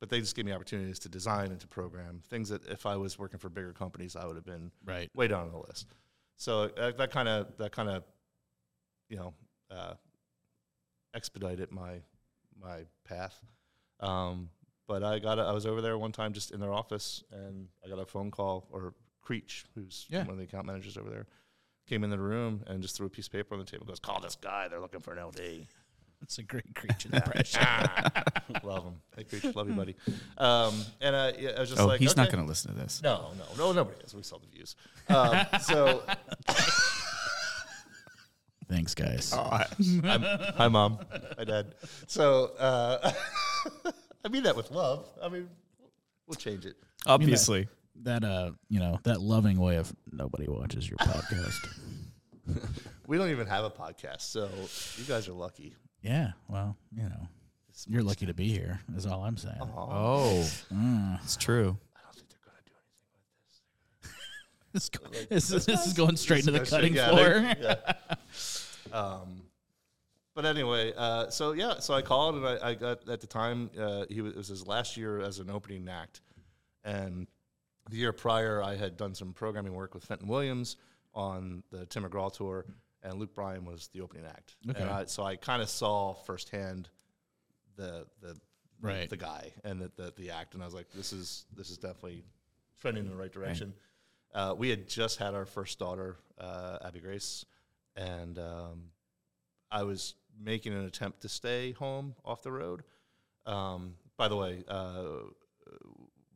Speaker 4: but they just gave me opportunities to design and to program things that if I was working for bigger companies, I would have been
Speaker 2: Right.
Speaker 4: way down on the list. So uh, that kind of that kind of you know uh, expedited my my path. Um, but I got a, I was over there one time just in their office, and I got a phone call or Creech, who's
Speaker 2: Yeah.
Speaker 4: one of the account managers over there, came in the room and just threw a piece of paper on the table. Goes, call this guy. They're looking for an
Speaker 3: (laughs)
Speaker 4: LD.
Speaker 2: That's a great
Speaker 4: (laughs)
Speaker 2: creature impression.
Speaker 4: love him. Hey, Creech, love you, buddy. Um, and I, yeah, I was just
Speaker 3: Oh,
Speaker 4: like,
Speaker 3: he's not
Speaker 4: okay.
Speaker 3: going to listen to this.
Speaker 4: No, no, no, nobody is. We saw the views. Um, so
Speaker 2: Thanks, guys.
Speaker 4: Uh, Hi, mom. Hi, dad. So uh, (laughs) I mean that with love. I mean, we'll change it.
Speaker 3: (laughs) Obviously.
Speaker 2: That uh, you know, that loving way of nobody watches
Speaker 4: (laughs)
Speaker 2: your podcast.
Speaker 4: We don't even have a podcast, so you guys are lucky.
Speaker 2: yeah. Well, you know, you're lucky to be here. Is all I'm saying.
Speaker 3: Oh,
Speaker 4: Mm.
Speaker 3: it's true.
Speaker 4: I don't think they're gonna
Speaker 2: (laughs)
Speaker 4: do anything with this.
Speaker 2: This, go- this, is- this is going straight to the
Speaker 4: Especially-
Speaker 2: cutting
Speaker 4: yeah,
Speaker 2: floor.
Speaker 4: they- yeah. (laughs) Um, but anyway, uh, so yeah, so I called and I, I got at the time uh, he was, it was his last year as an opening act, and the year prior I had done some programming work with Fenton Williams on the Tim McGraw tour, and Luke Bryan was the opening act.
Speaker 2: Okay.
Speaker 4: And I, so I kind of saw firsthand the the
Speaker 2: Right.
Speaker 4: the guy and the, the the act, and I was like, this is this is definitely trending in the right direction. Uh, we had just had our first daughter, uh, Abby Grace, and um, I was making an attempt to stay home off the road. Um, by the way, uh,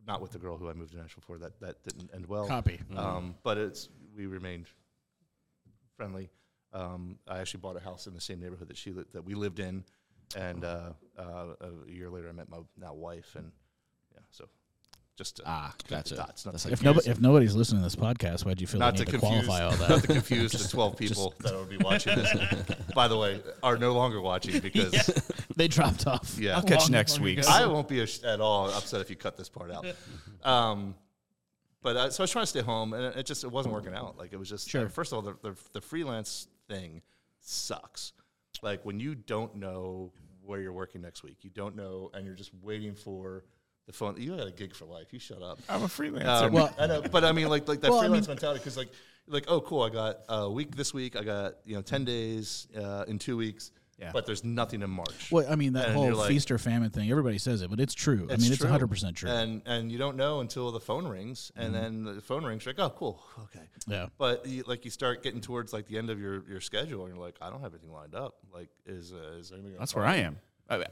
Speaker 4: not with the girl who I moved to Nashville for. That that didn't end (laughs) well.
Speaker 2: Copy.
Speaker 3: Mm-hmm.
Speaker 4: Um, but it's we remained friendly. Um, I actually bought a house in the same neighborhood that she li- that we lived in, and
Speaker 3: Oh.
Speaker 4: uh, uh, a year later I met my now wife, and yeah, so just to,
Speaker 1: Ah, gotcha.
Speaker 4: dots, not
Speaker 1: That's
Speaker 4: the
Speaker 1: like
Speaker 2: If nobody, if nobody's listening to this podcast, why'd you feel
Speaker 4: not
Speaker 2: the
Speaker 4: to
Speaker 2: need to,
Speaker 4: confuse
Speaker 2: qualify all
Speaker 4: not to
Speaker 2: that?
Speaker 4: confuse the twelve people that will be watching this. (laughs) By the way, are no longer watching because
Speaker 2: they dropped off.
Speaker 4: Yeah.
Speaker 3: I'll catch
Speaker 2: Long-
Speaker 3: you (laughs) next
Speaker 2: long
Speaker 3: week.
Speaker 2: ago. (laughs)
Speaker 4: I won't be ash- at all upset if you cut this part out. Um, but uh, so I was trying to stay home, and it, it just it wasn't working out. Like it was just
Speaker 2: Sure.
Speaker 4: first of all, the, the the freelance thing sucks. Like when you don't know where you're working next week, you don't know, and you're just waiting for the phone. You got a gig for life. You shut up.
Speaker 3: I'm a freelancer.
Speaker 2: Oh,
Speaker 4: Um,
Speaker 2: Well-
Speaker 4: I know, but I mean, like like that
Speaker 2: Well, I
Speaker 4: freelance
Speaker 2: mean-
Speaker 4: mentality, because like like oh cool, I got a week this week, I got you know ten days uh, in two weeks,
Speaker 3: Yeah.
Speaker 4: but there's nothing in March.
Speaker 2: Well, I mean that
Speaker 4: And
Speaker 2: whole
Speaker 4: you're like-
Speaker 2: feast or famine thing. Everybody says it, but it's true. I mean, it's
Speaker 4: true.
Speaker 2: one hundred percent true. Mm-hmm.
Speaker 4: And and you don't know until the phone rings, and then the phone rings. You're like, oh, cool, (laughs) okay.
Speaker 2: yeah,
Speaker 4: But you, like you start getting towards like the end of your, your schedule, and you're like, I don't have anything lined up. Like, is uh, is anything?
Speaker 3: That's where I am. I,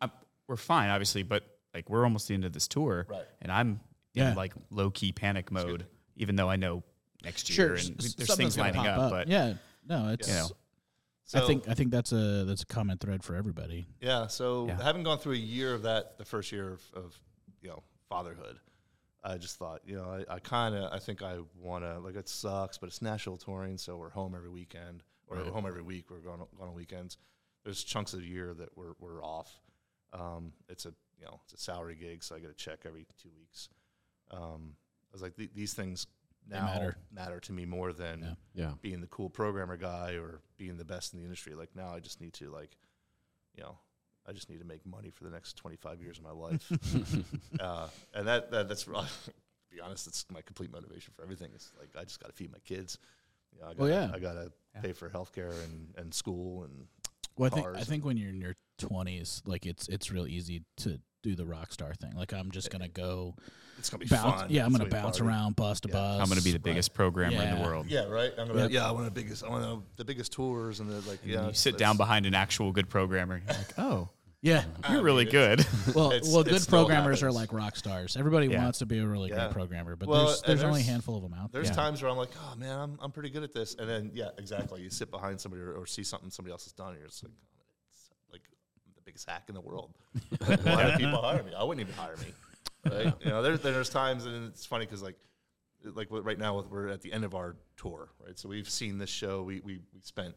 Speaker 3: I, we're fine, obviously, but like we're almost the end of this tour,
Speaker 4: Right.
Speaker 3: and I'm
Speaker 2: Yeah.
Speaker 3: in like low key panic mode, even though I know next year and
Speaker 2: s-
Speaker 3: there's
Speaker 2: something's
Speaker 3: things
Speaker 2: gonna
Speaker 3: lining
Speaker 2: pop
Speaker 3: up, But
Speaker 2: yeah, no, it's.
Speaker 3: you know,
Speaker 4: So,
Speaker 2: I think I think that's a that's a common thread for everybody.
Speaker 4: yeah. So
Speaker 3: Yeah.
Speaker 4: having gone through a year of that, the first year of, of you know fatherhood, I just thought, you know, I, I kind of I think I want to like it sucks, but it's national touring, so we're home every weekend or we're home every week. We're going on- going on weekends. There's chunks of the year that we're we're off. Um, it's a you know it's a salary gig, so I get a check every two weeks. Um, I was like, "The- these things now matter.
Speaker 2: matter.
Speaker 4: to me more than
Speaker 2: Yeah.
Speaker 1: Yeah.
Speaker 4: being the cool programmer guy or being the best in the industry. Like now, I just need to like, you know, I just need to make money for the next 25 years of
Speaker 2: (laughs)
Speaker 4: my life. uh, and that, that that's to be honest, that's my complete motivation for everything. It's like I just got to feed my kids. You know, I gotta,
Speaker 2: Well, yeah.
Speaker 4: I got to pay for healthcare and, and school and
Speaker 2: Well, I think I
Speaker 4: cars
Speaker 2: think when you're in your twenties, like it's it's real easy to do the rock star thing. Like I'm just gonna go
Speaker 4: it's gonna be
Speaker 2: bounce.
Speaker 4: fun.
Speaker 2: Yeah, I'm
Speaker 4: It's
Speaker 2: gonna
Speaker 4: be
Speaker 2: bounce
Speaker 4: party.
Speaker 2: around, bust to
Speaker 4: Yeah.
Speaker 2: bus.
Speaker 3: I'm gonna be the biggest programmer in
Speaker 2: Yeah.
Speaker 3: the world.
Speaker 4: Yeah, right. I'm gonna.
Speaker 2: Yep.
Speaker 4: Yeah, I want the biggest. I want to- the biggest tours and the like. Yeah,
Speaker 3: You sit
Speaker 4: it's-
Speaker 3: down behind an actual good programmer, and you're like, oh,
Speaker 4: (laughs)
Speaker 2: Yeah.
Speaker 3: you're really good. (laughs)
Speaker 2: Well,
Speaker 4: It's-
Speaker 2: well,
Speaker 4: it
Speaker 2: good
Speaker 4: still
Speaker 2: programmers are
Speaker 4: happens.
Speaker 2: like rock stars. Everybody
Speaker 3: Yeah.
Speaker 2: wants to be a really
Speaker 4: Yeah.
Speaker 2: great programmer, but
Speaker 4: Well,
Speaker 2: there's
Speaker 4: and
Speaker 2: there's only a
Speaker 4: there's-
Speaker 2: handful of them out there.
Speaker 4: There's times where I'm like, oh man, I'm, I'm pretty good at this, and then yeah, exactly. You sit behind somebody or, or see something somebody else has done, and you're just like, oh, it's like I'm the biggest hack in the world. Like, why do people hire me? I wouldn't even hire me. Right? you know, there's there's times, and it's funny because like like what- right now we're at the end of our tour, right? So we've seen this show. We we, we spent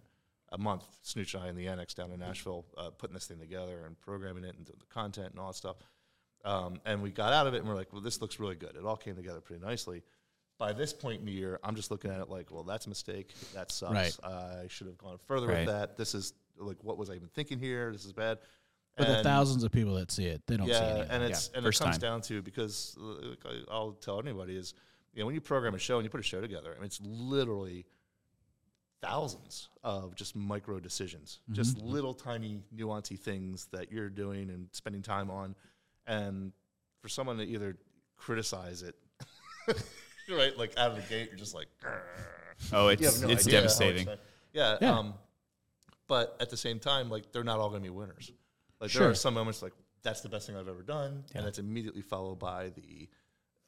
Speaker 4: a month, Snooch and I, in the annex down in Nashville, uh, putting this thing together and programming it and doing the content and all that stuff. Um, and we got out of it and we're like, well, this looks really good. It all came together pretty nicely. By this point in the year, I'm just looking at it like, well, that's a mistake. That sucks.
Speaker 2: Right.
Speaker 4: I should have gone further
Speaker 3: Right.
Speaker 4: with that. This is like, what was I even thinking here? This is bad.
Speaker 2: But the
Speaker 4: And-
Speaker 2: thousands of people that see it, they don't see
Speaker 4: yeah,
Speaker 2: it.
Speaker 4: and it's and it
Speaker 3: first
Speaker 4: comes
Speaker 3: time.
Speaker 4: down to because uh, like I- I'll tell anybody is you know when you program a show and you put a show together, I mean it's literally thousands of just micro decisions, just little tiny nuancy things that you're doing and spending time on, and for someone to either criticize it, (laughs) right, like out of the gate, you're just like. "Grr."
Speaker 3: Oh,
Speaker 4: You
Speaker 3: it's
Speaker 4: have no
Speaker 3: it's
Speaker 4: idea how
Speaker 3: devastating.
Speaker 4: exciting- Yeah,
Speaker 2: Yeah.
Speaker 4: Um, but at the same time, like they're not all going to be winners. Like there are
Speaker 2: Sure.
Speaker 4: some moments like that's the best thing I've ever done, and that's immediately followed by the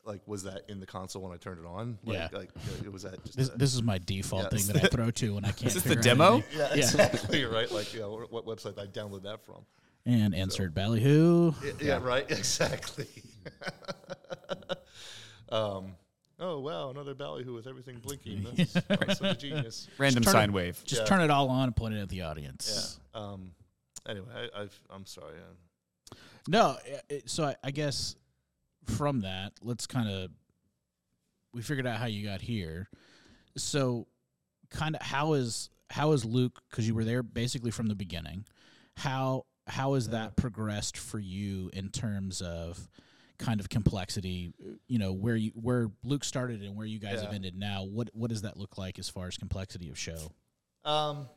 Speaker 4: like was that in the console when I turned it on? Like,
Speaker 2: Yeah.
Speaker 4: like it was that just
Speaker 2: This,
Speaker 4: a- (laughs)
Speaker 2: this is my default
Speaker 4: Yeah.
Speaker 2: thing that I throw to when
Speaker 4: (laughs)
Speaker 2: I can't.
Speaker 3: Is this the
Speaker 2: figure out
Speaker 3: demo?
Speaker 2: anything.
Speaker 4: yeah, exactly right. Like you know, what website I download that from?
Speaker 2: And insert ballyhoo.
Speaker 4: Yeah, yeah, right. (laughs) Exactly. um, oh wow, another ballyhoo with everything blinking. That's awesome, genius.
Speaker 3: Random
Speaker 2: Turn
Speaker 3: sine
Speaker 2: it-
Speaker 3: wave.
Speaker 2: Just
Speaker 4: Yeah.
Speaker 2: turn it all on and point it at the
Speaker 4: Yeah.
Speaker 2: audience.
Speaker 4: Um. Anyway, I, I've, I'm sorry. i
Speaker 2: No, i- i- so I, I guess from that, let's kind of we figured out how you got here. So, kind of how is how is Luke? Because you were there basically from the beginning. How how has that progressed for you in terms of kind of complexity? You know where you where Luke started and where you guys have
Speaker 4: Yeah.
Speaker 2: ended now. What what does that look like as far as complexity of show?
Speaker 4: Um,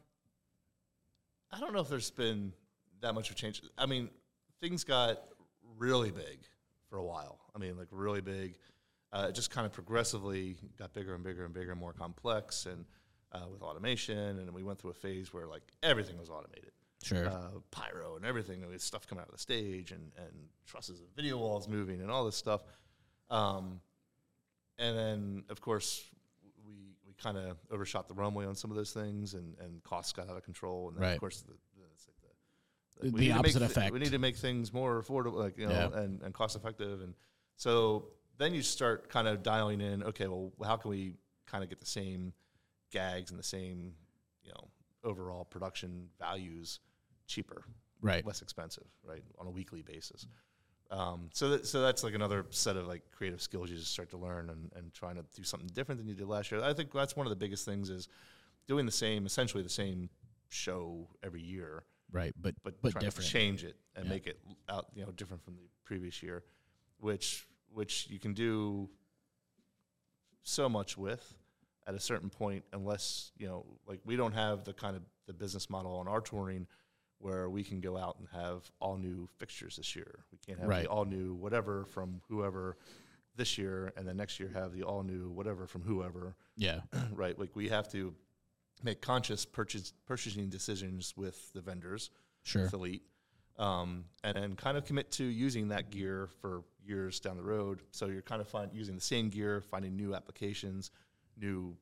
Speaker 4: I don't know if there's been that much of a change. I mean, things got really big for a while. I mean, like really big. Uh, it just kind of progressively got bigger and bigger and bigger and more complex, and uh, with automation. And we went through a phase where like everything was automated
Speaker 2: Sure.
Speaker 4: uh, pyro and everything. There was stuff coming out of the stage and, and trusses and video walls moving and all this stuff. Um, and then, of course, we, we kind of overshot the runway on some of those things and, and costs got out of control. And then,
Speaker 2: Right.
Speaker 4: of course, the, the, it's like the
Speaker 2: The-
Speaker 4: we
Speaker 2: the
Speaker 4: need to make
Speaker 2: opposite
Speaker 4: thi-
Speaker 2: effect.
Speaker 4: We need to make things more affordable, like you know,
Speaker 2: Yeah.
Speaker 4: and, and cost effective, and so then you start kind of dialing in. Okay, well, how can we kind of get the same gags and the same, you know, overall production values cheaper,
Speaker 2: right.
Speaker 4: less expensive, right, on a weekly basis. Um, so that, so that's like another set of like creative skills you just start to learn and, and trying to do something different than you did last year. I think that's one of the biggest things is doing the same, essentially the same show every year
Speaker 2: Right. But
Speaker 4: but,
Speaker 2: but,
Speaker 4: trying
Speaker 2: different.
Speaker 4: to change it and
Speaker 2: Yeah.
Speaker 4: make it l- out you know different from the previous year, which which you can do so much with at a certain point unless you know like we don't have the kind of the business model on our touring where we can go out and have all new fixtures this year. We can't have
Speaker 2: Right.
Speaker 4: the all new whatever from whoever this year and then next year have the all new whatever from whoever
Speaker 2: Yeah.
Speaker 4: right? Like we have to make conscious purchase purchasing decisions with the vendors,
Speaker 2: Sure.
Speaker 4: with Elite, um, and, and kind of commit to using that gear for years down the road. So you're kind of find, using the same gear, finding new applications, new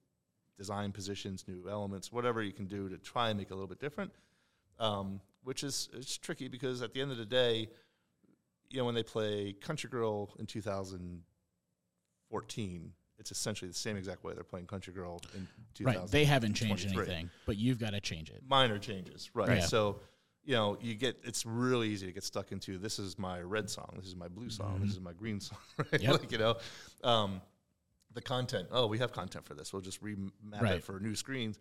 Speaker 4: design positions, new elements, whatever you can do to try and make it a little bit different. Um, which is it's tricky because at the end of the day, you know when they play Country Girl in 2014, it's essentially the same exact way they're playing Country Girl in 2000.
Speaker 2: Right. They haven't changed
Speaker 4: 23.
Speaker 2: anything, but you've got to change it.
Speaker 4: minor changes, right?
Speaker 2: Right. Yeah.
Speaker 4: So, you know, you get it's really easy to get stuck into this is my red song, this is my blue song, this is my green (laughs) song, right?
Speaker 2: Mm-hmm. Yep.
Speaker 4: Like, you know, um, the content. Oh, we have content for this. We'll just remap
Speaker 2: Right.
Speaker 4: it for new screens.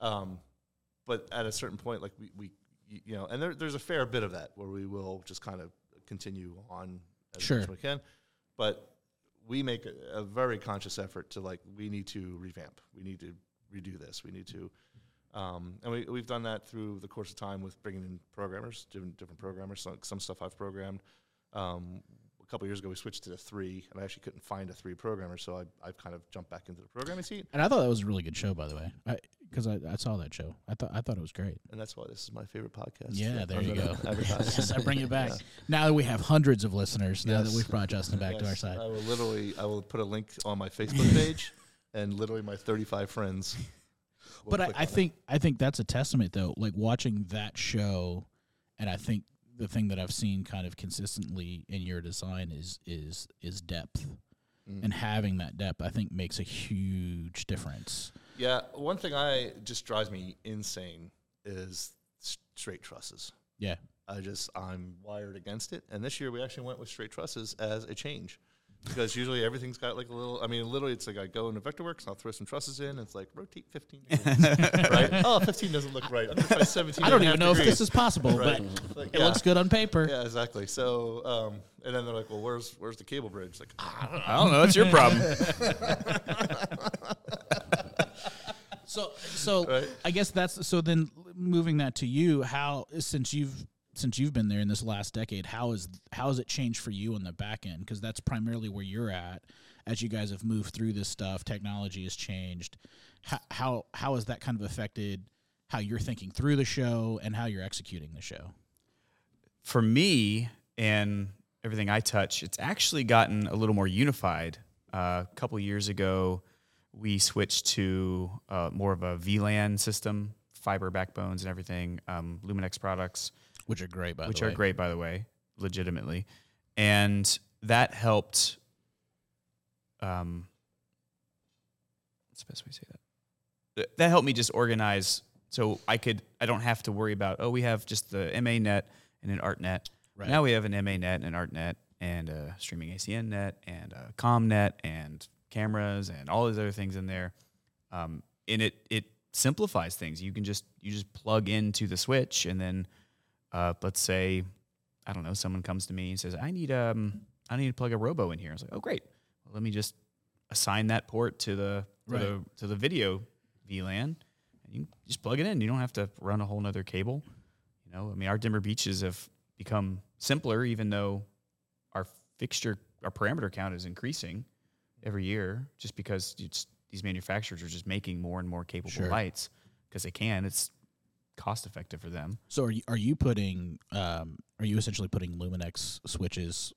Speaker 4: Um, but at a certain point, like we, we y- you know, and there, there's a fair bit of that where we will just kind of continue on as
Speaker 2: Sure.
Speaker 4: much as we can, but we make a, a very conscious effort to like we need to revamp, we need to redo this, we need to, um, and we we've done that through the course of time with bringing in programmers, different different programmers. Some, some stuff I've programmed. Um, a couple years ago, we switched to the three, and I actually couldn't find a three programmer, so I, I've kind of jumped back into the programming seat,
Speaker 2: And I thought that was a really good show, by the way, because I, I, saw that show. I thought I thought it was great.
Speaker 4: and that's why this is my favorite podcast.
Speaker 2: Yeah, there
Speaker 4: I'm
Speaker 2: you
Speaker 4: gonna
Speaker 2: go. (laughs)
Speaker 4: advertise.
Speaker 2: yes, I bring it back. Now that we have hundreds of listeners, now that
Speaker 4: Yes.
Speaker 2: we've brought Justin back to our
Speaker 4: Yes, Uh,
Speaker 2: side,
Speaker 4: I will literally, I will put a link on my Facebook page, (laughs) and literally my 35 friends. will
Speaker 2: but I,
Speaker 4: click
Speaker 2: I
Speaker 4: on it.
Speaker 2: think I think that's a testament though. Like watching that show, and I think the thing that I've seen kind of consistently in your design is is is depth,
Speaker 4: Mm.
Speaker 2: and having that depth I think makes a huge difference.
Speaker 4: yeah, one thing I just drives me insane is s- straight trusses.
Speaker 2: Yeah,
Speaker 4: I just I'm wired against it. And this year we actually went with straight trusses as a change. Because usually everything's got like a little. I mean, literally, it's like I go into VectorWorks and I'll throw some trusses in. And it's like rotate 15
Speaker 2: (laughs)
Speaker 4: degrees, right? Oh, 15 doesn't look right. I'm gonna try 17.
Speaker 2: I don't
Speaker 4: and a
Speaker 2: even
Speaker 4: half
Speaker 2: know if
Speaker 4: degrees.
Speaker 2: this is possible,
Speaker 4: (laughs) Right.
Speaker 2: but
Speaker 4: Like,
Speaker 2: it
Speaker 4: yeah.
Speaker 2: looks good on paper.
Speaker 4: Yeah, exactly. So, um, and then they're like, "Well, where's where's the cable bridge?" Like, ah, I don't know.
Speaker 3: I don't know. That's your problem.
Speaker 2: So, so
Speaker 4: Right.
Speaker 2: I guess that's so. Then moving that to you, how since you've since you've been there in this last decade, how is how has it changed for you on the back end? Because that's primarily where you're at as you guys have moved through this stuff. Technology has changed. How how, how has that kind of affected how you're thinking through the show and how you're executing the show?
Speaker 3: for me and everything I touch, it's actually gotten a little more unified. Uh, a couple years ago, we switched to uh, more of a VLAN system, fiber backbones and everything, um, Luminex products,
Speaker 2: Which are great, by
Speaker 3: which
Speaker 2: the way.
Speaker 3: are great, by the way, legitimately. And that helped. Um, what's the best way to say that? Th- That helped me just organize so I could, I don't have to worry about, oh, we have just the MA net and an art net.
Speaker 2: Right.
Speaker 3: Now we have an MA net and an art net and a streaming ACN net and a com net and cameras and all these other things in there. Um, and it, it simplifies things. You can just, you just plug into the switch and then uh, let's say, I don't know, someone comes to me and says, I need um, I need to plug a robo in here. I was like, oh great, well, let me just assign that port to the to, the, to the video VLAN, and you just plug it in. You don't have to run a whole nother cable. You know, I mean, our dimmer beaches have become simpler, even though our fixture, our parameter count is increasing every year, just because it's, these manufacturers are just making more and more capable
Speaker 2: Sure.
Speaker 3: lights because they can. It's cost effective for them.
Speaker 2: So are you, are you putting um are you essentially putting Luminex switches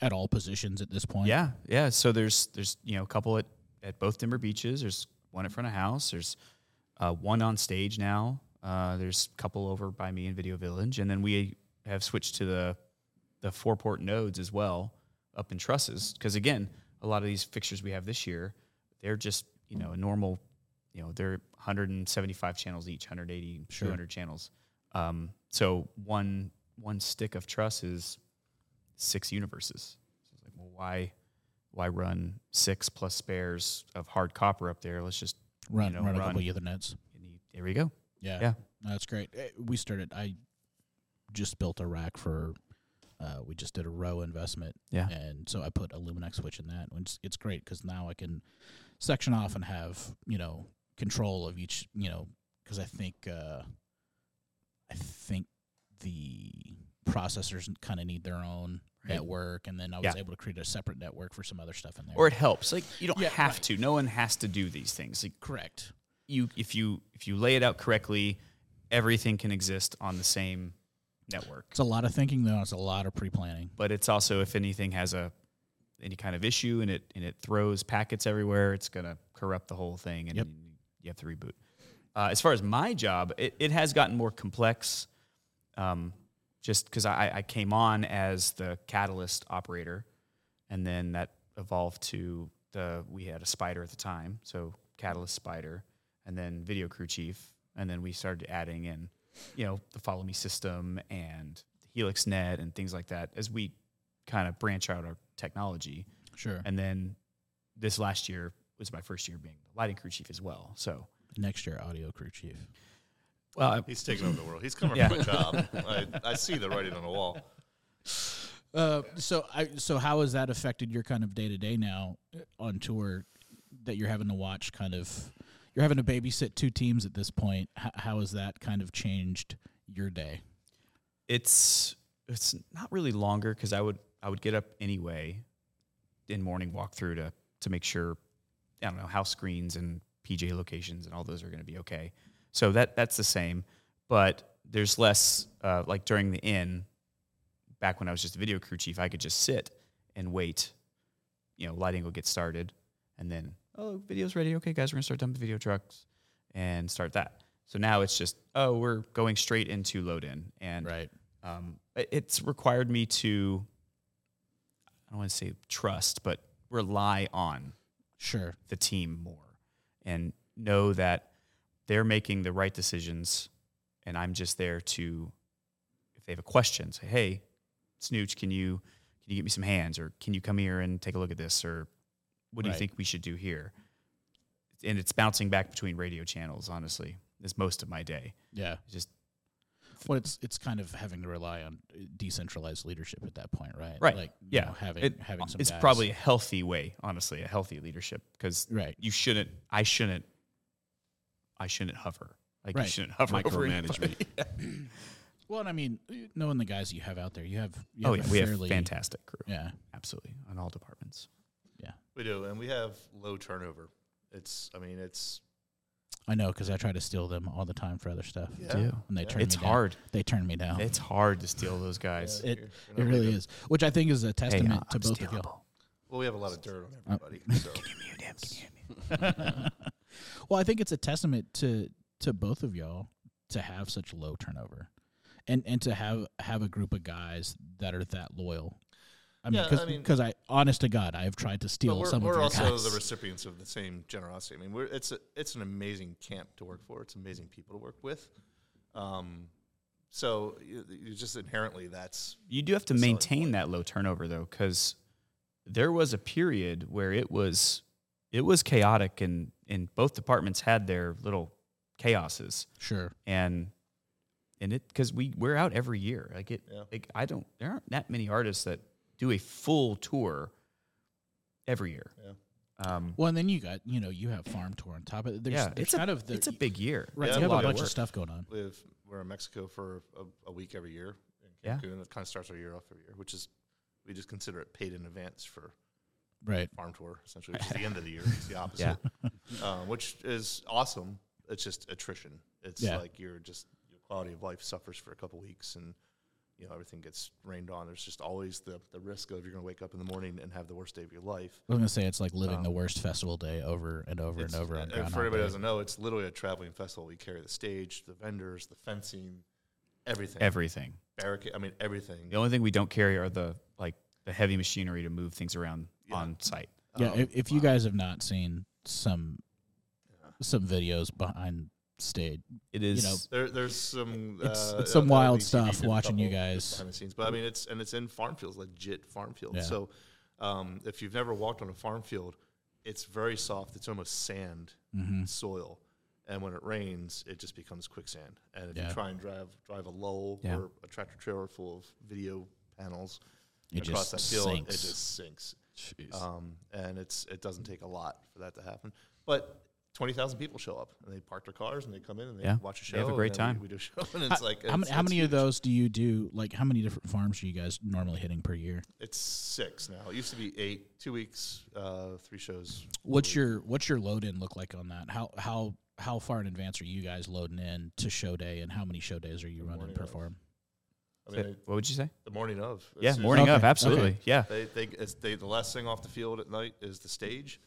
Speaker 2: at all positions at this point?
Speaker 3: Yeah, yeah. So there's there's you know a couple at at both Denver beaches. There's one in front of house. There's uh, one on stage now. Uh, there's a couple over by me in Video Village, and then we have switched to the the four port nodes as well up in trusses because again, a lot of these fixtures we have this year, they're just you know a normal, you know they're 175 channels each, 180, 200 channels. Um, so one one stick of truss is six universes. So it's like, well, why why run six plus spares of hard copper up there? Let's just
Speaker 2: Run,
Speaker 3: you know,
Speaker 2: run a
Speaker 3: run.
Speaker 2: couple Ethernets.
Speaker 3: and you- there we go.
Speaker 2: Yeah.
Speaker 3: Yeah.
Speaker 2: No, that's great. Eh, We started I just built a rack for uh, we just did a row investment.
Speaker 3: Yeah.
Speaker 2: And so I put a Luminex switch in that. and It's, it's great because now I can section off and have, you know, control of each, you know, because I think, uh, I think the processors kind of need their own
Speaker 3: Right.
Speaker 2: network. And then I was
Speaker 3: Yeah.
Speaker 2: able to create a separate network for some other stuff in there.
Speaker 3: Or it helps. Like you don't
Speaker 2: Yeah,
Speaker 3: have
Speaker 2: right.
Speaker 3: to. No one has to do these things. Like
Speaker 2: correct.
Speaker 3: you if you if you lay it out correctly, everything can exist on the same network.
Speaker 2: It's a lot of thinking though. It's a lot of pre-planning.
Speaker 3: But it's also if anything has a any kind of issue and it and it throws packets everywhere, it's gonna corrupt the whole thing and
Speaker 2: Yep.
Speaker 3: you have to reboot. Uh, as far as my job, it, it has gotten more complex. Um, just because I, I came on as the catalyst operator, and then that evolved to the we had a spider at the time, so catalyst spider, and then video crew chief, and then we started adding in, you know, the follow me system and Helix Net and things like that as we kind of branch out our technology.
Speaker 2: Sure.
Speaker 3: And then this last year was my first year being the lighting crew chief as well. So,
Speaker 2: Next year, audio crew chief.
Speaker 3: well, I,
Speaker 4: He's taking over the world. He's coming
Speaker 3: Yeah.
Speaker 4: for my job. I, I see the writing on the wall.
Speaker 2: Uh, so I so how has that affected your kind of day to day now uh, on tour that you're having to watch kind of you're having to babysit two teams at this point. H- how has that kind of changed your day?
Speaker 3: it's it's not really longer because I would I would get up anyway in morning walkthrough to to make sure I don't know house screens and PJ locations and all those are going to be okay. So that that's the same, but there's less uh, like during the in. Back when I was just a video crew chief, I could just sit and wait. You know, lighting will get started, and then oh, video's ready. Okay, guys, we're gonna start dumping video trucks and start that. So now it's just oh, we're going straight into load in, and
Speaker 2: Right.
Speaker 3: um, it- it's required me to i don't want to say trust but rely on
Speaker 2: Sure.
Speaker 3: the team more and know that they're making the right decisions and i'm just there to if they have a question say hey snooch can you can you get me some hands or can you come here and take a look at this or what do
Speaker 2: Right.
Speaker 3: you think we should do here and it's bouncing back between radio channels honestly is most of my day
Speaker 2: Yeah.
Speaker 3: It's just
Speaker 2: Well, it's it's kind of having to rely on uh, decentralized leadership at that point, right?
Speaker 3: Right.
Speaker 2: Like you
Speaker 3: yeah,
Speaker 2: know, having
Speaker 3: It-
Speaker 2: having some
Speaker 3: It's
Speaker 2: guys-
Speaker 3: probably a healthy way, honestly, a healthy leadership because
Speaker 2: right.
Speaker 3: you shouldn't. I shouldn't. I shouldn't hover. Like you
Speaker 2: Right.
Speaker 3: shouldn't hover over
Speaker 1: Micromanagement.
Speaker 3: anybody.
Speaker 2: Well, and I mean, uh, knowing the guys you have out there, you have you
Speaker 3: oh yeah,
Speaker 2: have a
Speaker 3: we have
Speaker 2: fairly-
Speaker 3: fantastic crew.
Speaker 2: Yeah.
Speaker 3: Absolutely, on all departments.
Speaker 4: We do, and we have low turnover. It's, I mean, it's
Speaker 2: I know because I try to steal them all the time for other stuff.
Speaker 4: Yeah. Yeah.
Speaker 2: And they
Speaker 4: Yeah.
Speaker 2: turn
Speaker 3: It's
Speaker 2: me down.
Speaker 3: hard.
Speaker 2: They turn me down.
Speaker 3: It's hard to steal those guys.
Speaker 2: it
Speaker 4: you're- you're not
Speaker 2: it
Speaker 4: very
Speaker 2: really is,
Speaker 4: good.
Speaker 2: which I think is a
Speaker 3: Hey,
Speaker 2: testament
Speaker 3: I'm
Speaker 2: to both of you.
Speaker 3: stealable.
Speaker 4: Well, we have a lot of dirt on
Speaker 2: Uh,
Speaker 4: everybody. So.
Speaker 3: Mute him, can you hear me?
Speaker 2: Well, I think it's a testament to to both of y'all to have such low turnover, and and to have have a group of guys that are that loyal. I mean,
Speaker 4: Yeah, I
Speaker 2: because
Speaker 4: mean-
Speaker 2: I, honest to God, I have tried to
Speaker 4: But
Speaker 2: steal
Speaker 4: we're
Speaker 2: some
Speaker 4: we're
Speaker 2: of your
Speaker 4: also
Speaker 2: guys.
Speaker 4: the recipients of the same generosity. I mean, we're, it's a, it's an amazing camp to work for. It's amazing people to work with. Um, so you, you just inherently that's
Speaker 3: You do have to
Speaker 4: a selling
Speaker 3: maintain that low turnover though, because there was a period where it was it was chaotic, and and both departments had their little chaoses.
Speaker 2: sure,
Speaker 3: and and it because we we're out every year. Like it,
Speaker 4: Yeah.
Speaker 3: like I don't. There aren't that many artists that do a full tour every year.
Speaker 4: Yeah.
Speaker 3: Um,
Speaker 2: Well, and then you got you know you have farm tour on top of it. There's,
Speaker 3: yeah,
Speaker 2: there's
Speaker 3: it's
Speaker 2: kind
Speaker 3: a,
Speaker 2: of the
Speaker 3: it's a big year.
Speaker 2: right.
Speaker 4: Yeah,
Speaker 2: you
Speaker 4: a
Speaker 2: have a
Speaker 4: lot of
Speaker 2: bunch of
Speaker 4: work.
Speaker 2: stuff going on.
Speaker 4: live we're in Mexico for a, a week every year in
Speaker 3: Yeah.
Speaker 4: Cancun. It kind of starts our year off every year, which is we just consider it paid in advance for
Speaker 2: Right.
Speaker 4: farm tour essentially, which is the
Speaker 2: (laughs)
Speaker 4: end of the year. It's the opposite, um, which is awesome. It's just attrition. It's
Speaker 2: Yeah.
Speaker 4: like you're just your quality of life suffers for a couple weeks and. You know everything gets rained on. There's just always the, the risk of you're going to wake up in the morning and have the worst day of your life.
Speaker 2: I was gonna say it's like living the
Speaker 4: Um,
Speaker 2: worst festival day over and over and
Speaker 4: It's-
Speaker 2: over on
Speaker 4: and
Speaker 2: Groundhog
Speaker 4: for anybody
Speaker 2: Day.
Speaker 4: who doesn't know, it's literally a traveling festival. We carry the stage, the vendors, the fencing, everything,
Speaker 3: Everything.
Speaker 4: barricade. I mean, everything.
Speaker 3: The only thing we don't carry are the like the heavy machinery to move things around
Speaker 4: Yeah.
Speaker 3: on site.
Speaker 2: Yeah,
Speaker 4: Um,
Speaker 2: if, if you
Speaker 4: wow.
Speaker 2: guys have not seen some some videos behind stage,
Speaker 3: It is
Speaker 2: know,
Speaker 4: There, there's some
Speaker 2: It's-
Speaker 4: uh,
Speaker 2: it's some
Speaker 4: uh,
Speaker 2: wild
Speaker 4: LBC
Speaker 2: stuff
Speaker 4: did a
Speaker 2: watching you
Speaker 4: couple
Speaker 2: guys.
Speaker 4: behind the scenes, but I mean it's and it's in farm fields, legit farm fields.
Speaker 2: Yeah.
Speaker 4: So um, if you've never walked on a farm field, it's very soft. It's almost sand
Speaker 2: Mm-hmm.
Speaker 4: soil, and when it rains, it just becomes quicksand. And if
Speaker 2: Yeah.
Speaker 4: you try and drive drive a lull
Speaker 3: Yeah.
Speaker 4: or a tractor trailer full of video panels
Speaker 2: It
Speaker 4: across
Speaker 2: just
Speaker 4: that field,
Speaker 2: sinks.
Speaker 4: it just sinks.
Speaker 1: Jeez.
Speaker 4: Um, and it's it doesn't take a lot for that to happen. But twenty thousand people show up and they park their cars and they come in and they
Speaker 3: Yeah.
Speaker 4: watch a show.
Speaker 3: They have a
Speaker 4: and
Speaker 3: great
Speaker 4: then we-
Speaker 3: time.
Speaker 4: We, do a (laughs) show and it's
Speaker 2: how,
Speaker 4: like
Speaker 2: how, many-
Speaker 4: it's-
Speaker 2: how
Speaker 4: it's
Speaker 2: many of
Speaker 4: huge.
Speaker 2: those do you do? Like how many different farms are you guys normally hitting per year?
Speaker 4: It's six now. It used to be eight, two weeks, uh, three shows.
Speaker 2: What's your what's your load in look like on that? How how how far in advance are you guys loading in to show day, and how many show days are you running
Speaker 4: morning
Speaker 2: per
Speaker 4: of.
Speaker 2: farm?
Speaker 4: I mean, they-
Speaker 3: what would you say?
Speaker 4: the morning of. As
Speaker 3: Yeah,
Speaker 4: soon as
Speaker 3: morning
Speaker 2: Okay,
Speaker 3: of, absolutely.
Speaker 2: okay.
Speaker 3: Yeah.
Speaker 4: They they, it's, they the last thing off the field at night is the stage.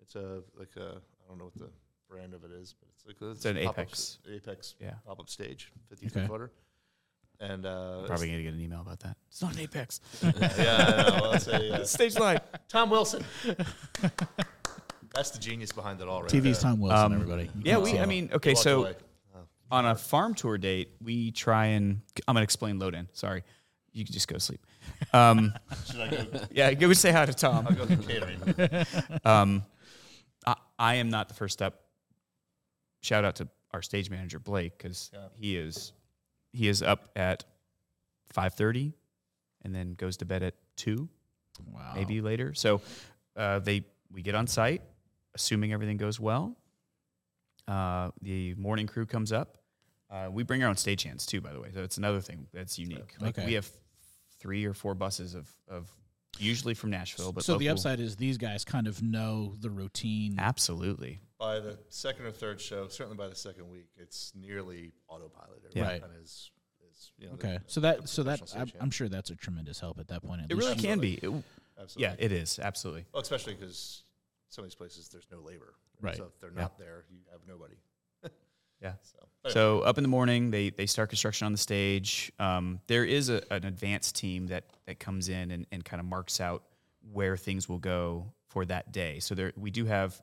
Speaker 4: It's a like a I don't know what the brand of it is, but it's like a,
Speaker 3: an
Speaker 4: pop-up
Speaker 3: Apex.
Speaker 4: s- Apex
Speaker 3: Yeah.
Speaker 4: pop up stage, fifty foot
Speaker 2: Okay.
Speaker 4: footer. And uh,
Speaker 3: Probably gonna get an email about that. It's not
Speaker 2: (laughs)
Speaker 3: an apex.
Speaker 4: it's- (laughs) yeah, I know. I'll say,
Speaker 3: (laughs)
Speaker 4: uh, (laughs)
Speaker 3: Stage light.
Speaker 4: Tom Wilson. (laughs) That's the genius behind it all, right?
Speaker 2: TV's
Speaker 4: there.
Speaker 2: Tom Wilson,
Speaker 3: Um,
Speaker 2: everybody. You
Speaker 3: Yeah,
Speaker 2: can
Speaker 3: we
Speaker 2: see
Speaker 3: I
Speaker 2: it.
Speaker 3: mean, okay,
Speaker 4: Walked
Speaker 3: so
Speaker 4: away. Oh,
Speaker 3: on a farm tour date, we try and I'm gonna explain load in. Sorry, you can just go to sleep. (laughs) Um,
Speaker 4: should I go?
Speaker 3: yeah, go say hi to Tom.
Speaker 4: I'll go to catering.
Speaker 3: Um, I, I am not the first up. Shout out to our stage manager Blake because
Speaker 4: Yeah.
Speaker 3: he is he is up at five thirty, and then goes to bed at two.
Speaker 2: wow.
Speaker 3: maybe later. So uh, they we get on site, assuming everything goes well. Uh, the morning crew comes up. Uh, we bring our own stagehands too, by the way. So it's another thing that's unique. Like
Speaker 2: Okay.
Speaker 3: we have three or four buses of of usually from Nashville, but
Speaker 2: so the
Speaker 3: local-
Speaker 2: upside is these guys kind of know the routine.
Speaker 3: absolutely
Speaker 4: By the second or third show, certainly by the second week, it's nearly autopilot.
Speaker 3: Yeah.
Speaker 4: Everyone
Speaker 2: Right.
Speaker 4: kinda Is, is, you know,
Speaker 2: Okay,
Speaker 4: the-
Speaker 2: so
Speaker 4: the
Speaker 2: that so that
Speaker 4: professional
Speaker 2: I'm,
Speaker 4: stage
Speaker 2: I'm sure that's a tremendous help at that point. At
Speaker 3: it
Speaker 2: least
Speaker 3: really
Speaker 2: you-
Speaker 3: can be. It-
Speaker 4: hand. Absolutely.
Speaker 3: yeah, it is absolutely.
Speaker 4: Well, especially because some of these places there's no labor,
Speaker 2: Right.
Speaker 4: So if they're
Speaker 3: Yeah.
Speaker 4: not there, you have nobody.
Speaker 3: (laughs) Yeah.
Speaker 4: So, but
Speaker 3: So up in the morning, they they start construction on the stage. Um, there is a, an advanced team that that comes in and, and kind of marks out where things will go for that day. So there we do have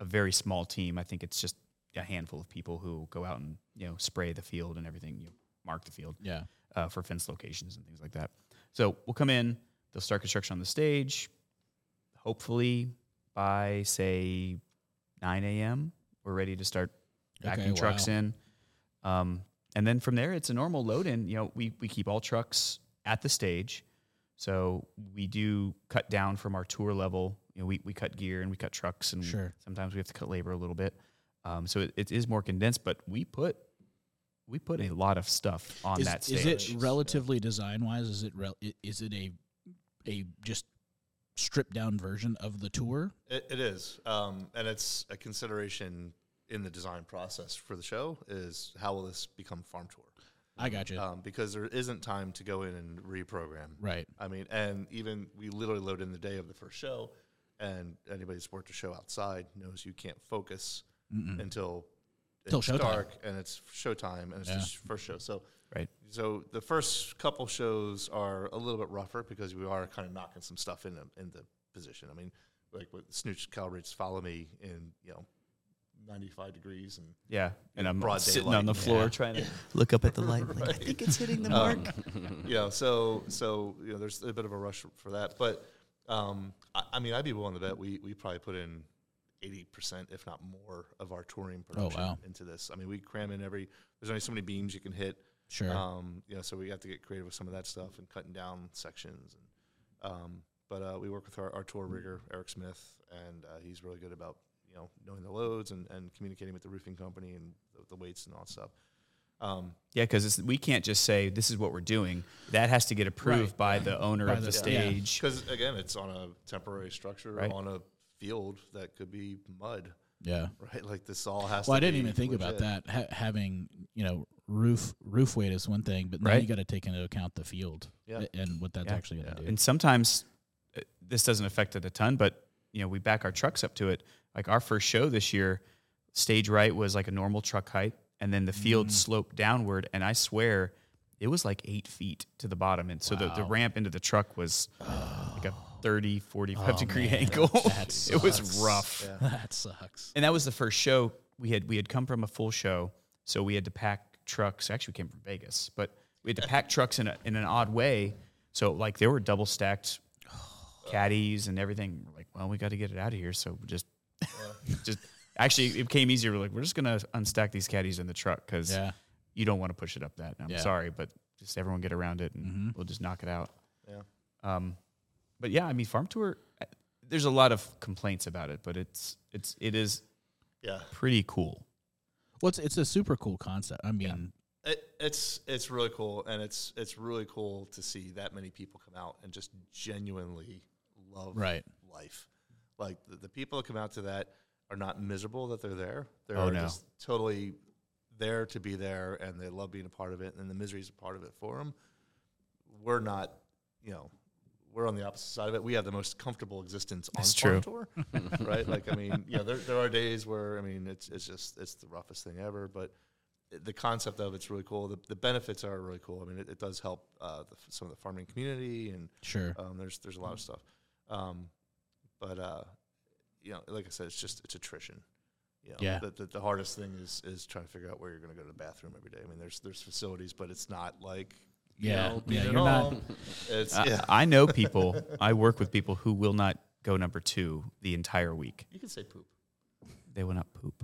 Speaker 3: a very small team. I think it's just a handful of people who go out and you know spray the field and everything. You know, mark the field
Speaker 2: Yeah.
Speaker 3: uh, for fence locations and things like that. So we'll come in. They'll start construction on the stage. Hopefully by say 9 a.m. We're ready to start backing
Speaker 2: Okay,
Speaker 3: trucks
Speaker 2: wow.
Speaker 3: in. Um, and then from there, it's a normal load in. You know, we, we keep all trucks at the stage. So we do cut down from our tour level. You know, we, we cut gear and we cut trucks and
Speaker 2: Sure.
Speaker 3: sometimes we have to cut labor a little bit. Um, so it, it is more condensed, but we put we put a lot of stuff on
Speaker 2: is,
Speaker 3: that
Speaker 2: is
Speaker 3: stage.
Speaker 2: it relatively design wise? Is it rel- i- is it a a just stripped down version of the tour?
Speaker 4: It, it is, um, and it's a consideration in the design process for the show is how will this become farm tour?
Speaker 2: I got you.
Speaker 4: Um, because there isn't time to go in and reprogram.
Speaker 2: right.
Speaker 4: I mean, and even we literally load in the day of the first show, and anybody that's worked a show outside knows you can't focus until
Speaker 2: Till
Speaker 4: it's
Speaker 2: showtime.
Speaker 4: dark and it's showtime and it's
Speaker 2: Yeah.
Speaker 4: the sh- first show. So
Speaker 3: Right.
Speaker 4: so the first couple shows are a little bit rougher because we are kind of knocking some stuff in the, in the position. I mean, like with Snooch Calrate's Follow Me in, you know, 95 degrees and
Speaker 3: Yeah. And I'm
Speaker 4: broad
Speaker 3: sitting
Speaker 4: daylight.
Speaker 3: on the floor
Speaker 4: (laughs)
Speaker 3: trying to look up at the light. like, I think it's hitting the
Speaker 4: Um,
Speaker 3: mark.
Speaker 4: you know, so so you know, there's a bit of a rush for that. But um, I, I mean, I'd be willing to bet we we probably put in eighty percent, if not more, of our touring production
Speaker 2: wow.
Speaker 4: into this. I mean, we cram in every. There's only so many beams you can hit.
Speaker 2: Sure.
Speaker 4: uh, Um, you know, so we have to get creative with some of that stuff and cutting down sections. And um, But uh, we work with our, our tour rigger, Eric Smith, and uh, he's really good about you know knowing the loads and, and communicating with the roofing company and the, the weights and all that stuff. Um,
Speaker 3: Yeah, because we can't just say this is what we're doing. That has to get approved by the owner
Speaker 2: By
Speaker 3: of the,
Speaker 2: the- yeah.
Speaker 3: stage.
Speaker 4: Because again, it's on a temporary structure
Speaker 3: Right.
Speaker 4: on a field that could be mud, (laughs)
Speaker 2: Yeah.
Speaker 4: right? Like this all has.
Speaker 2: Well,
Speaker 4: to
Speaker 2: I didn't
Speaker 4: be
Speaker 2: even think about
Speaker 4: legit.
Speaker 2: that. Ha- having you know roof roof weight is one thing, but then
Speaker 3: Right.
Speaker 2: you got to take into account the field
Speaker 4: Yeah.
Speaker 2: and what that's
Speaker 3: Yeah.
Speaker 2: actually going to do.
Speaker 3: And sometimes uh, this doesn't affect it a ton, but you know we back our trucks up to it. Like our first show this year, stage right was like a normal truck height, and then the field sloped downward, and I swear it was like eight feet to the bottom, and so the, the ramp into the truck was like a 30, 45 degree (laughs) angle. it was rough.
Speaker 2: (laughs) that sucks.
Speaker 3: and (laughs) that was the first show we had we had come from a full show so we had to pack trucks actually we came from vegas but we had to pack trucks in, a, in an odd way so like there were double stacked caddies and everything we're like well we got to get it out of here so we just (laughs) just actually it became easier we're like we're just gonna unstack these caddies in the truck because
Speaker 2: Yeah.
Speaker 3: you don't want to push it up that i'm
Speaker 2: Yeah. Mm-hmm.
Speaker 3: sorry but just everyone get around it and we'll just knock it out
Speaker 4: Yeah.
Speaker 3: um, but yeah, I mean, farm tour. uh, There's a lot of complaints about it, but it's it's it is
Speaker 4: Yeah.
Speaker 3: pretty cool.
Speaker 2: Well, it's, it's a super cool concept. I mean,
Speaker 4: It, it's it's really cool, and it's it's really cool to see that many people come out and just genuinely love
Speaker 2: Right.
Speaker 4: life. Like the, the people that come out to that are not miserable that they're there. They're
Speaker 3: Oh, no.
Speaker 4: just totally there to be there, and they love being a part of it, and the misery is a part of it for them. We're not, you know, we're on the opposite side of it. We have the most comfortable existence on
Speaker 3: That's
Speaker 4: farm tour, (laughs) right? Like I mean, yeah, there there are days where I mean it's it's just it's the roughest thing ever, but the concept of it's really cool. The, the benefits are really cool. I mean, it, it does help uh, the, some of the farming community, and
Speaker 2: sure.
Speaker 4: um, there's there's a lot of stuff. Um, but uh, you know, like I said, it's just it's attrition. You know,
Speaker 2: Yeah.
Speaker 4: The, the, the hardest thing is is trying to figure out where you're going to go to the bathroom every day. I mean, there's there's facilities, but it's not like you
Speaker 2: Yeah.
Speaker 4: know,
Speaker 2: Yeah,
Speaker 4: beat it
Speaker 2: you're not- Uh,
Speaker 4: all. It's
Speaker 3: I-
Speaker 4: yeah.
Speaker 3: I, know people. (laughs) I work with people who will not go number two the entire week.
Speaker 4: You can say poop.
Speaker 3: They will (laughs) not poop.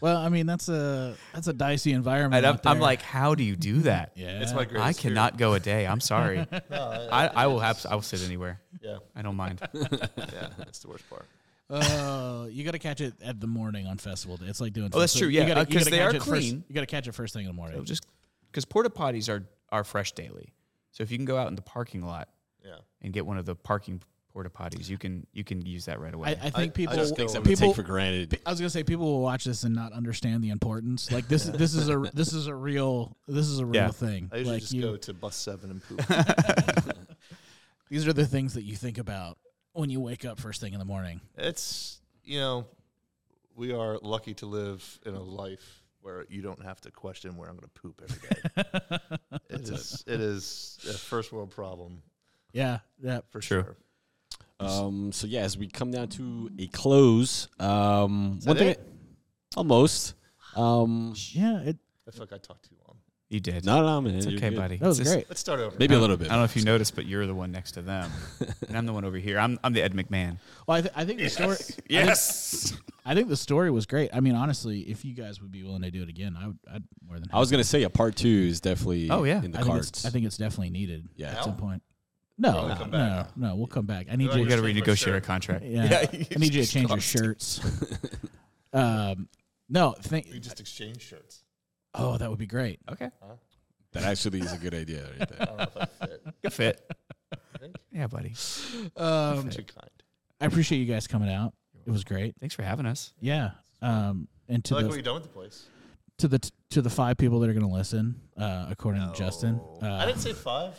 Speaker 2: well, I mean, that's a that's a dicey environment.
Speaker 3: And I'm,
Speaker 2: out
Speaker 3: I'm
Speaker 2: there.
Speaker 3: like, how do you (laughs) do that?
Speaker 2: yeah,
Speaker 4: It's my
Speaker 3: I
Speaker 4: greatest. fear.
Speaker 3: cannot go a day. (laughs) I'm sorry.
Speaker 4: No,
Speaker 3: I, I will have, I will sit anywhere.
Speaker 4: yeah,
Speaker 3: I don't mind.
Speaker 4: (laughs) yeah. That's the worst part.
Speaker 2: Oh, you got to catch it at the morning on festival day. It's like doing.
Speaker 3: Oh, that's
Speaker 2: festival-
Speaker 3: true,
Speaker 2: you
Speaker 3: yeah,
Speaker 2: gotta-
Speaker 3: uh,
Speaker 2: you
Speaker 3: 'cause
Speaker 2: gotta
Speaker 3: they
Speaker 2: catch
Speaker 3: are
Speaker 2: it first-
Speaker 3: clean.
Speaker 2: you got to catch it first thing in the morning.
Speaker 3: So just because porta potties are are fresh daily. So if you can go out in the parking lot
Speaker 4: Yeah.
Speaker 3: and get one of the parking porta potties, you can you can use that right away.
Speaker 2: I, I think people.
Speaker 4: just go
Speaker 1: Things that we
Speaker 2: people
Speaker 1: take for granted.
Speaker 2: I was gonna say people will watch this and not understand the importance. Like this, this is a this is a real this is a real
Speaker 3: Yeah.
Speaker 2: thing.
Speaker 4: I usually
Speaker 2: like
Speaker 4: just
Speaker 2: you,
Speaker 4: go to bus seven and poop.
Speaker 2: (laughs) these are the things that you think about when you wake up first thing in the morning.
Speaker 4: it's you know we are lucky to live in a life where you don't have to question where I'm going to poop every
Speaker 2: (laughs)
Speaker 4: day. it is it is a first world problem
Speaker 2: Yeah, yeah.
Speaker 4: for
Speaker 3: True.
Speaker 4: sure.
Speaker 1: Um, so yeah, as we come down to a close, um,
Speaker 4: that
Speaker 1: one thing,
Speaker 4: it?
Speaker 1: almost. Um,
Speaker 2: Yeah, it,
Speaker 4: I feel like I talked too long.
Speaker 3: you did.
Speaker 1: no, no, man,
Speaker 3: It's
Speaker 1: you're
Speaker 3: okay,
Speaker 1: good.
Speaker 3: buddy.
Speaker 2: that was
Speaker 3: It's just-
Speaker 2: great.
Speaker 4: Let's start over.
Speaker 1: Maybe a little bit.
Speaker 3: I don't know if you noticed, but you're the one next to them, and I'm the one over here. I'm I'm the Ed McMahon.
Speaker 2: Well, I, th- I think the story.
Speaker 3: Yes.
Speaker 2: I think the story was great. I mean, honestly, if you guys would be willing to do it again, I would. I'd more than.
Speaker 1: I was gonna say a part two is definitely.
Speaker 3: Oh, yeah.
Speaker 1: in the
Speaker 2: I think,
Speaker 1: cards.
Speaker 2: it's, I think it's definitely needed
Speaker 1: Yeah.
Speaker 2: at
Speaker 4: Now?
Speaker 2: some point. No,
Speaker 4: Or
Speaker 2: no,
Speaker 4: Oh. come
Speaker 2: no,
Speaker 4: back?
Speaker 2: no, we'll come back. I need you.
Speaker 3: we
Speaker 2: to-
Speaker 3: got to
Speaker 4: Change my
Speaker 3: renegotiate
Speaker 4: shirt. (laughs)
Speaker 3: our contract.
Speaker 2: Yeah,
Speaker 3: you
Speaker 2: (laughs) I need you to
Speaker 3: just
Speaker 2: change your
Speaker 3: lost.
Speaker 2: shirts. um, no, thank.
Speaker 4: we just exchange shirts.
Speaker 2: Oh, that would be great.
Speaker 3: Okay.
Speaker 1: that actually is a good idea. Right
Speaker 4: I
Speaker 1: there.
Speaker 4: (laughs) don't know if I fit.
Speaker 3: Good fit.
Speaker 4: Thank
Speaker 3: Yeah, buddy.
Speaker 2: (laughs) Um,
Speaker 4: Too kind.
Speaker 2: I appreciate you guys coming out. It was great.
Speaker 3: Thanks for having us.
Speaker 2: Yeah. Um, and to
Speaker 4: I like what
Speaker 2: the
Speaker 4: you done with the place.
Speaker 2: to the to the five people that are going to listen, uh, according to Justin,
Speaker 4: Oh.
Speaker 2: uh, (laughs)
Speaker 4: I didn't say five.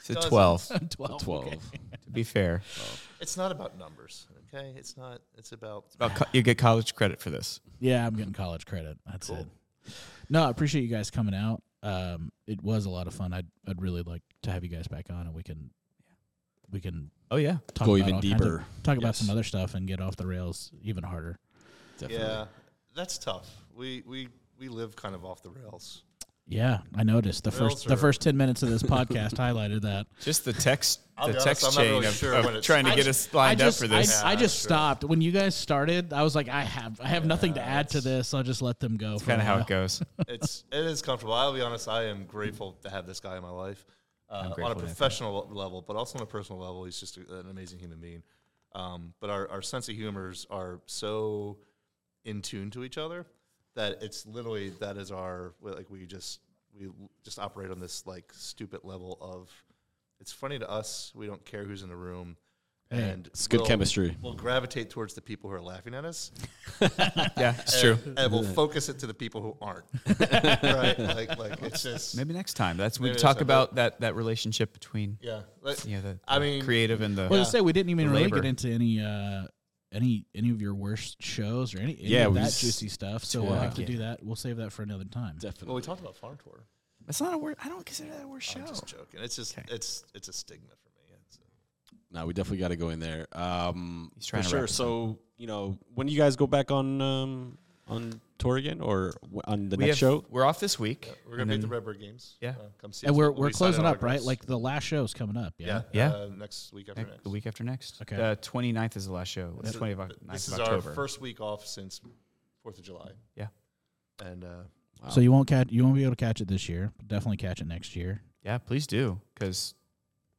Speaker 3: It's a
Speaker 4: Dozens.
Speaker 3: 12. To
Speaker 2: twelve.
Speaker 1: Twelve.
Speaker 3: be fair,
Speaker 4: It's not about numbers. Okay, it's not. It's about
Speaker 3: Well, co- you get college credit for this.
Speaker 2: Yeah, I'm getting college credit. That's it. No, I appreciate you guys coming out. Um, it was a lot of fun. I'd I'd really like to have you guys back on, and we can we can
Speaker 3: Oh yeah.
Speaker 2: talk
Speaker 1: Go
Speaker 2: about
Speaker 1: even
Speaker 2: all kinds of-
Speaker 1: deeper.
Speaker 2: talk about
Speaker 1: Yes.
Speaker 2: some other stuff, and get off the rails even harder.
Speaker 1: Definitely.
Speaker 4: yeah. That's tough. We we we live kind of off the rails.
Speaker 2: Yeah, I noticed the
Speaker 4: Rails
Speaker 2: first the
Speaker 4: are-
Speaker 2: first ten minutes of this podcast highlighted that.
Speaker 3: Just the text.
Speaker 4: I'll
Speaker 3: the
Speaker 4: be honest,
Speaker 3: text
Speaker 4: I'm not
Speaker 3: chain
Speaker 4: really
Speaker 3: of,
Speaker 4: sure
Speaker 3: of
Speaker 4: when it's-
Speaker 3: trying (laughs) to
Speaker 4: I
Speaker 3: get
Speaker 4: just-
Speaker 3: us lined
Speaker 2: I just,
Speaker 3: up for this.
Speaker 2: I, I
Speaker 4: Yeah,
Speaker 2: just
Speaker 4: sure.
Speaker 2: stopped when you guys started. I was like, I have I have nothing to add to this. I'll just let them go.
Speaker 4: (laughs)
Speaker 3: Kind of how it goes.
Speaker 4: it's it is comfortable. I'll be honest. I am grateful to have this guy in my life. uh, on a
Speaker 3: grateful to have him.
Speaker 4: professional level, but also on a personal level. He's just a, an amazing human being. Um, but our, our sense of humors are so in tune to each other that it's literally that is our we- like we just we l- just operate on this like stupid level of it's funny to us. We don't care who's in the room. And
Speaker 1: It's good
Speaker 4: we'll-
Speaker 1: chemistry.
Speaker 4: We'll gravitate towards the people who are laughing at us,
Speaker 3: Yeah, it's true.
Speaker 4: and, (laughs) and we'll focus it to the people who
Speaker 1: (laughs)
Speaker 4: aren't. right? Like, like it's just
Speaker 3: Maybe next time. That's we
Speaker 4: Maybe next
Speaker 3: talk
Speaker 4: time.
Speaker 3: about that that relationship between
Speaker 4: yeah. Like,
Speaker 3: you know the,
Speaker 4: I
Speaker 3: the
Speaker 4: mean,
Speaker 3: creative and the
Speaker 2: Well, to say we didn't even
Speaker 3: The
Speaker 2: really
Speaker 3: labor.
Speaker 2: get into any uh, any any of your worst shows or any, any
Speaker 1: Yeah,
Speaker 2: of
Speaker 1: we
Speaker 2: that
Speaker 1: s-
Speaker 2: juicy stuff. So we'll
Speaker 3: Yeah.
Speaker 2: have to do that. We'll save that for another time.
Speaker 4: Well,
Speaker 1: Definitely.
Speaker 4: we talked about farm tour.
Speaker 3: It's not a word. I don't consider that a word
Speaker 2: Oh.
Speaker 3: show.
Speaker 4: I'm Oh, just joking. It's just it's it's a stigma for me. It's,
Speaker 1: No, we definitely got to go in there. Um,
Speaker 3: He's trying
Speaker 1: for
Speaker 3: to
Speaker 1: sure.
Speaker 3: wrap us
Speaker 1: So you know, when do you guys go back on um, on tour again, or w- on the
Speaker 3: we
Speaker 1: next
Speaker 3: have,
Speaker 1: show?
Speaker 3: We're off this week.
Speaker 4: we're gonna be at the Red Bird Games.
Speaker 3: Yeah.
Speaker 4: uh, come see.
Speaker 2: and
Speaker 4: us.
Speaker 2: we're
Speaker 4: We'll
Speaker 2: we're
Speaker 4: be signing
Speaker 2: closing up, right?
Speaker 4: autographs.
Speaker 2: Like the last show's coming up.
Speaker 4: yeah,
Speaker 2: Yeah.
Speaker 3: Yeah.
Speaker 4: Uh, next week after next.
Speaker 3: The week after next.
Speaker 2: Okay.
Speaker 3: The 29th is the last show. The
Speaker 4: This is-
Speaker 3: 20th of,
Speaker 4: This is
Speaker 3: of
Speaker 4: our
Speaker 3: October.
Speaker 4: first week off since Fourth of July.
Speaker 3: Yeah.
Speaker 4: and uh,
Speaker 2: So you won't catch you won't be able to catch it this year. But definitely catch it next year.
Speaker 3: Yeah, please do because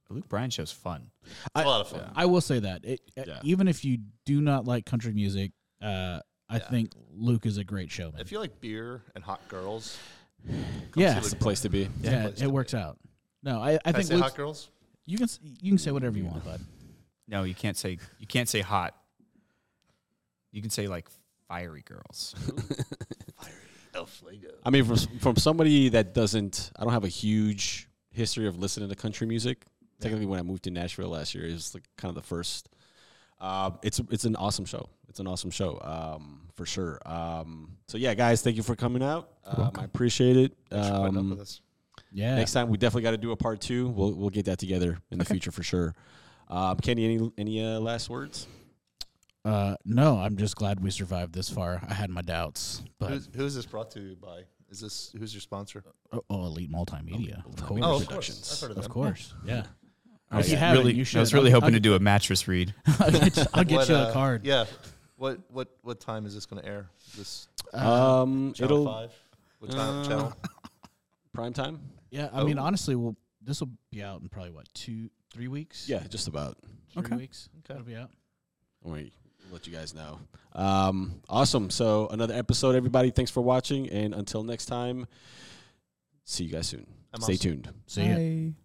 Speaker 3: the Luke Bryan show's fun.
Speaker 4: it's a lot of fun.
Speaker 2: I will say that it, e,
Speaker 1: Yeah.
Speaker 2: even if you do not like country music, uh, I
Speaker 4: Yeah.
Speaker 2: think Luke is a great showman.
Speaker 4: If you like beer and hot girls,
Speaker 2: yeah,
Speaker 1: It's the place to be.
Speaker 2: yeah,
Speaker 4: place
Speaker 2: it
Speaker 4: to
Speaker 2: works out. No, I, I
Speaker 4: Can I
Speaker 2: think
Speaker 4: say
Speaker 2: Luke's-
Speaker 4: hot girls.
Speaker 2: you can s- you can say whatever you
Speaker 4: (laughs)
Speaker 2: want, bud.
Speaker 3: No, you can't say you can't say hot. You can say like fiery girls.
Speaker 4: El Fuego.
Speaker 1: I mean, from from somebody that doesn't, I don't have a huge history of listening to country music. Technically, when I moved to Nashville last year, it was like kind of the first. Um, it's it's an awesome show. It's an awesome show, um, for sure. Um, so yeah, guys, thank you for coming out. Um, I appreciate it.
Speaker 4: Putting up
Speaker 1: Um,
Speaker 4: with us.
Speaker 2: Yeah,
Speaker 1: next time we definitely got to do a part two. We'll we'll get that together in the future for sure. Um, Kenny, any any uh, last words?
Speaker 2: Uh, no, I'm just glad we survived this far. I had my doubts, but
Speaker 4: Who's, who is this brought to you by? Is this who's your sponsor?
Speaker 2: oh, oh, Elite Multimedia, of course,
Speaker 4: Oh, of
Speaker 2: of,
Speaker 4: course. I've heard of them.
Speaker 2: course, yeah.
Speaker 3: (laughs) I
Speaker 2: If
Speaker 3: was
Speaker 2: you haven't,
Speaker 3: really,
Speaker 2: you
Speaker 3: I was
Speaker 2: should.
Speaker 3: really
Speaker 2: I'll-
Speaker 3: hoping to do a
Speaker 2: (laughs)
Speaker 3: mattress read.
Speaker 2: I'll get
Speaker 4: (laughs)
Speaker 2: you, I'll get
Speaker 4: What,
Speaker 2: you a
Speaker 4: uh,
Speaker 2: card.
Speaker 4: Yeah. What what what time is this going to air? This
Speaker 1: Um,
Speaker 4: channel
Speaker 1: it'll
Speaker 4: five. What time,
Speaker 1: uh,
Speaker 4: channel?
Speaker 1: prime time.
Speaker 2: Yeah, I
Speaker 4: Oh.
Speaker 2: mean, honestly, we'll this will be out in probably what two, three weeks.
Speaker 1: Yeah, just about.
Speaker 2: three
Speaker 3: Okay.
Speaker 2: weeks. Okay, it'll be out.
Speaker 1: All right, we'll let you guys know. Um, awesome. So another episode, everybody. Thanks for watching, and until next time, see you guys soon.
Speaker 4: I'm
Speaker 1: Stay
Speaker 4: awesome.
Speaker 1: tuned.
Speaker 2: See ya.
Speaker 3: Bye.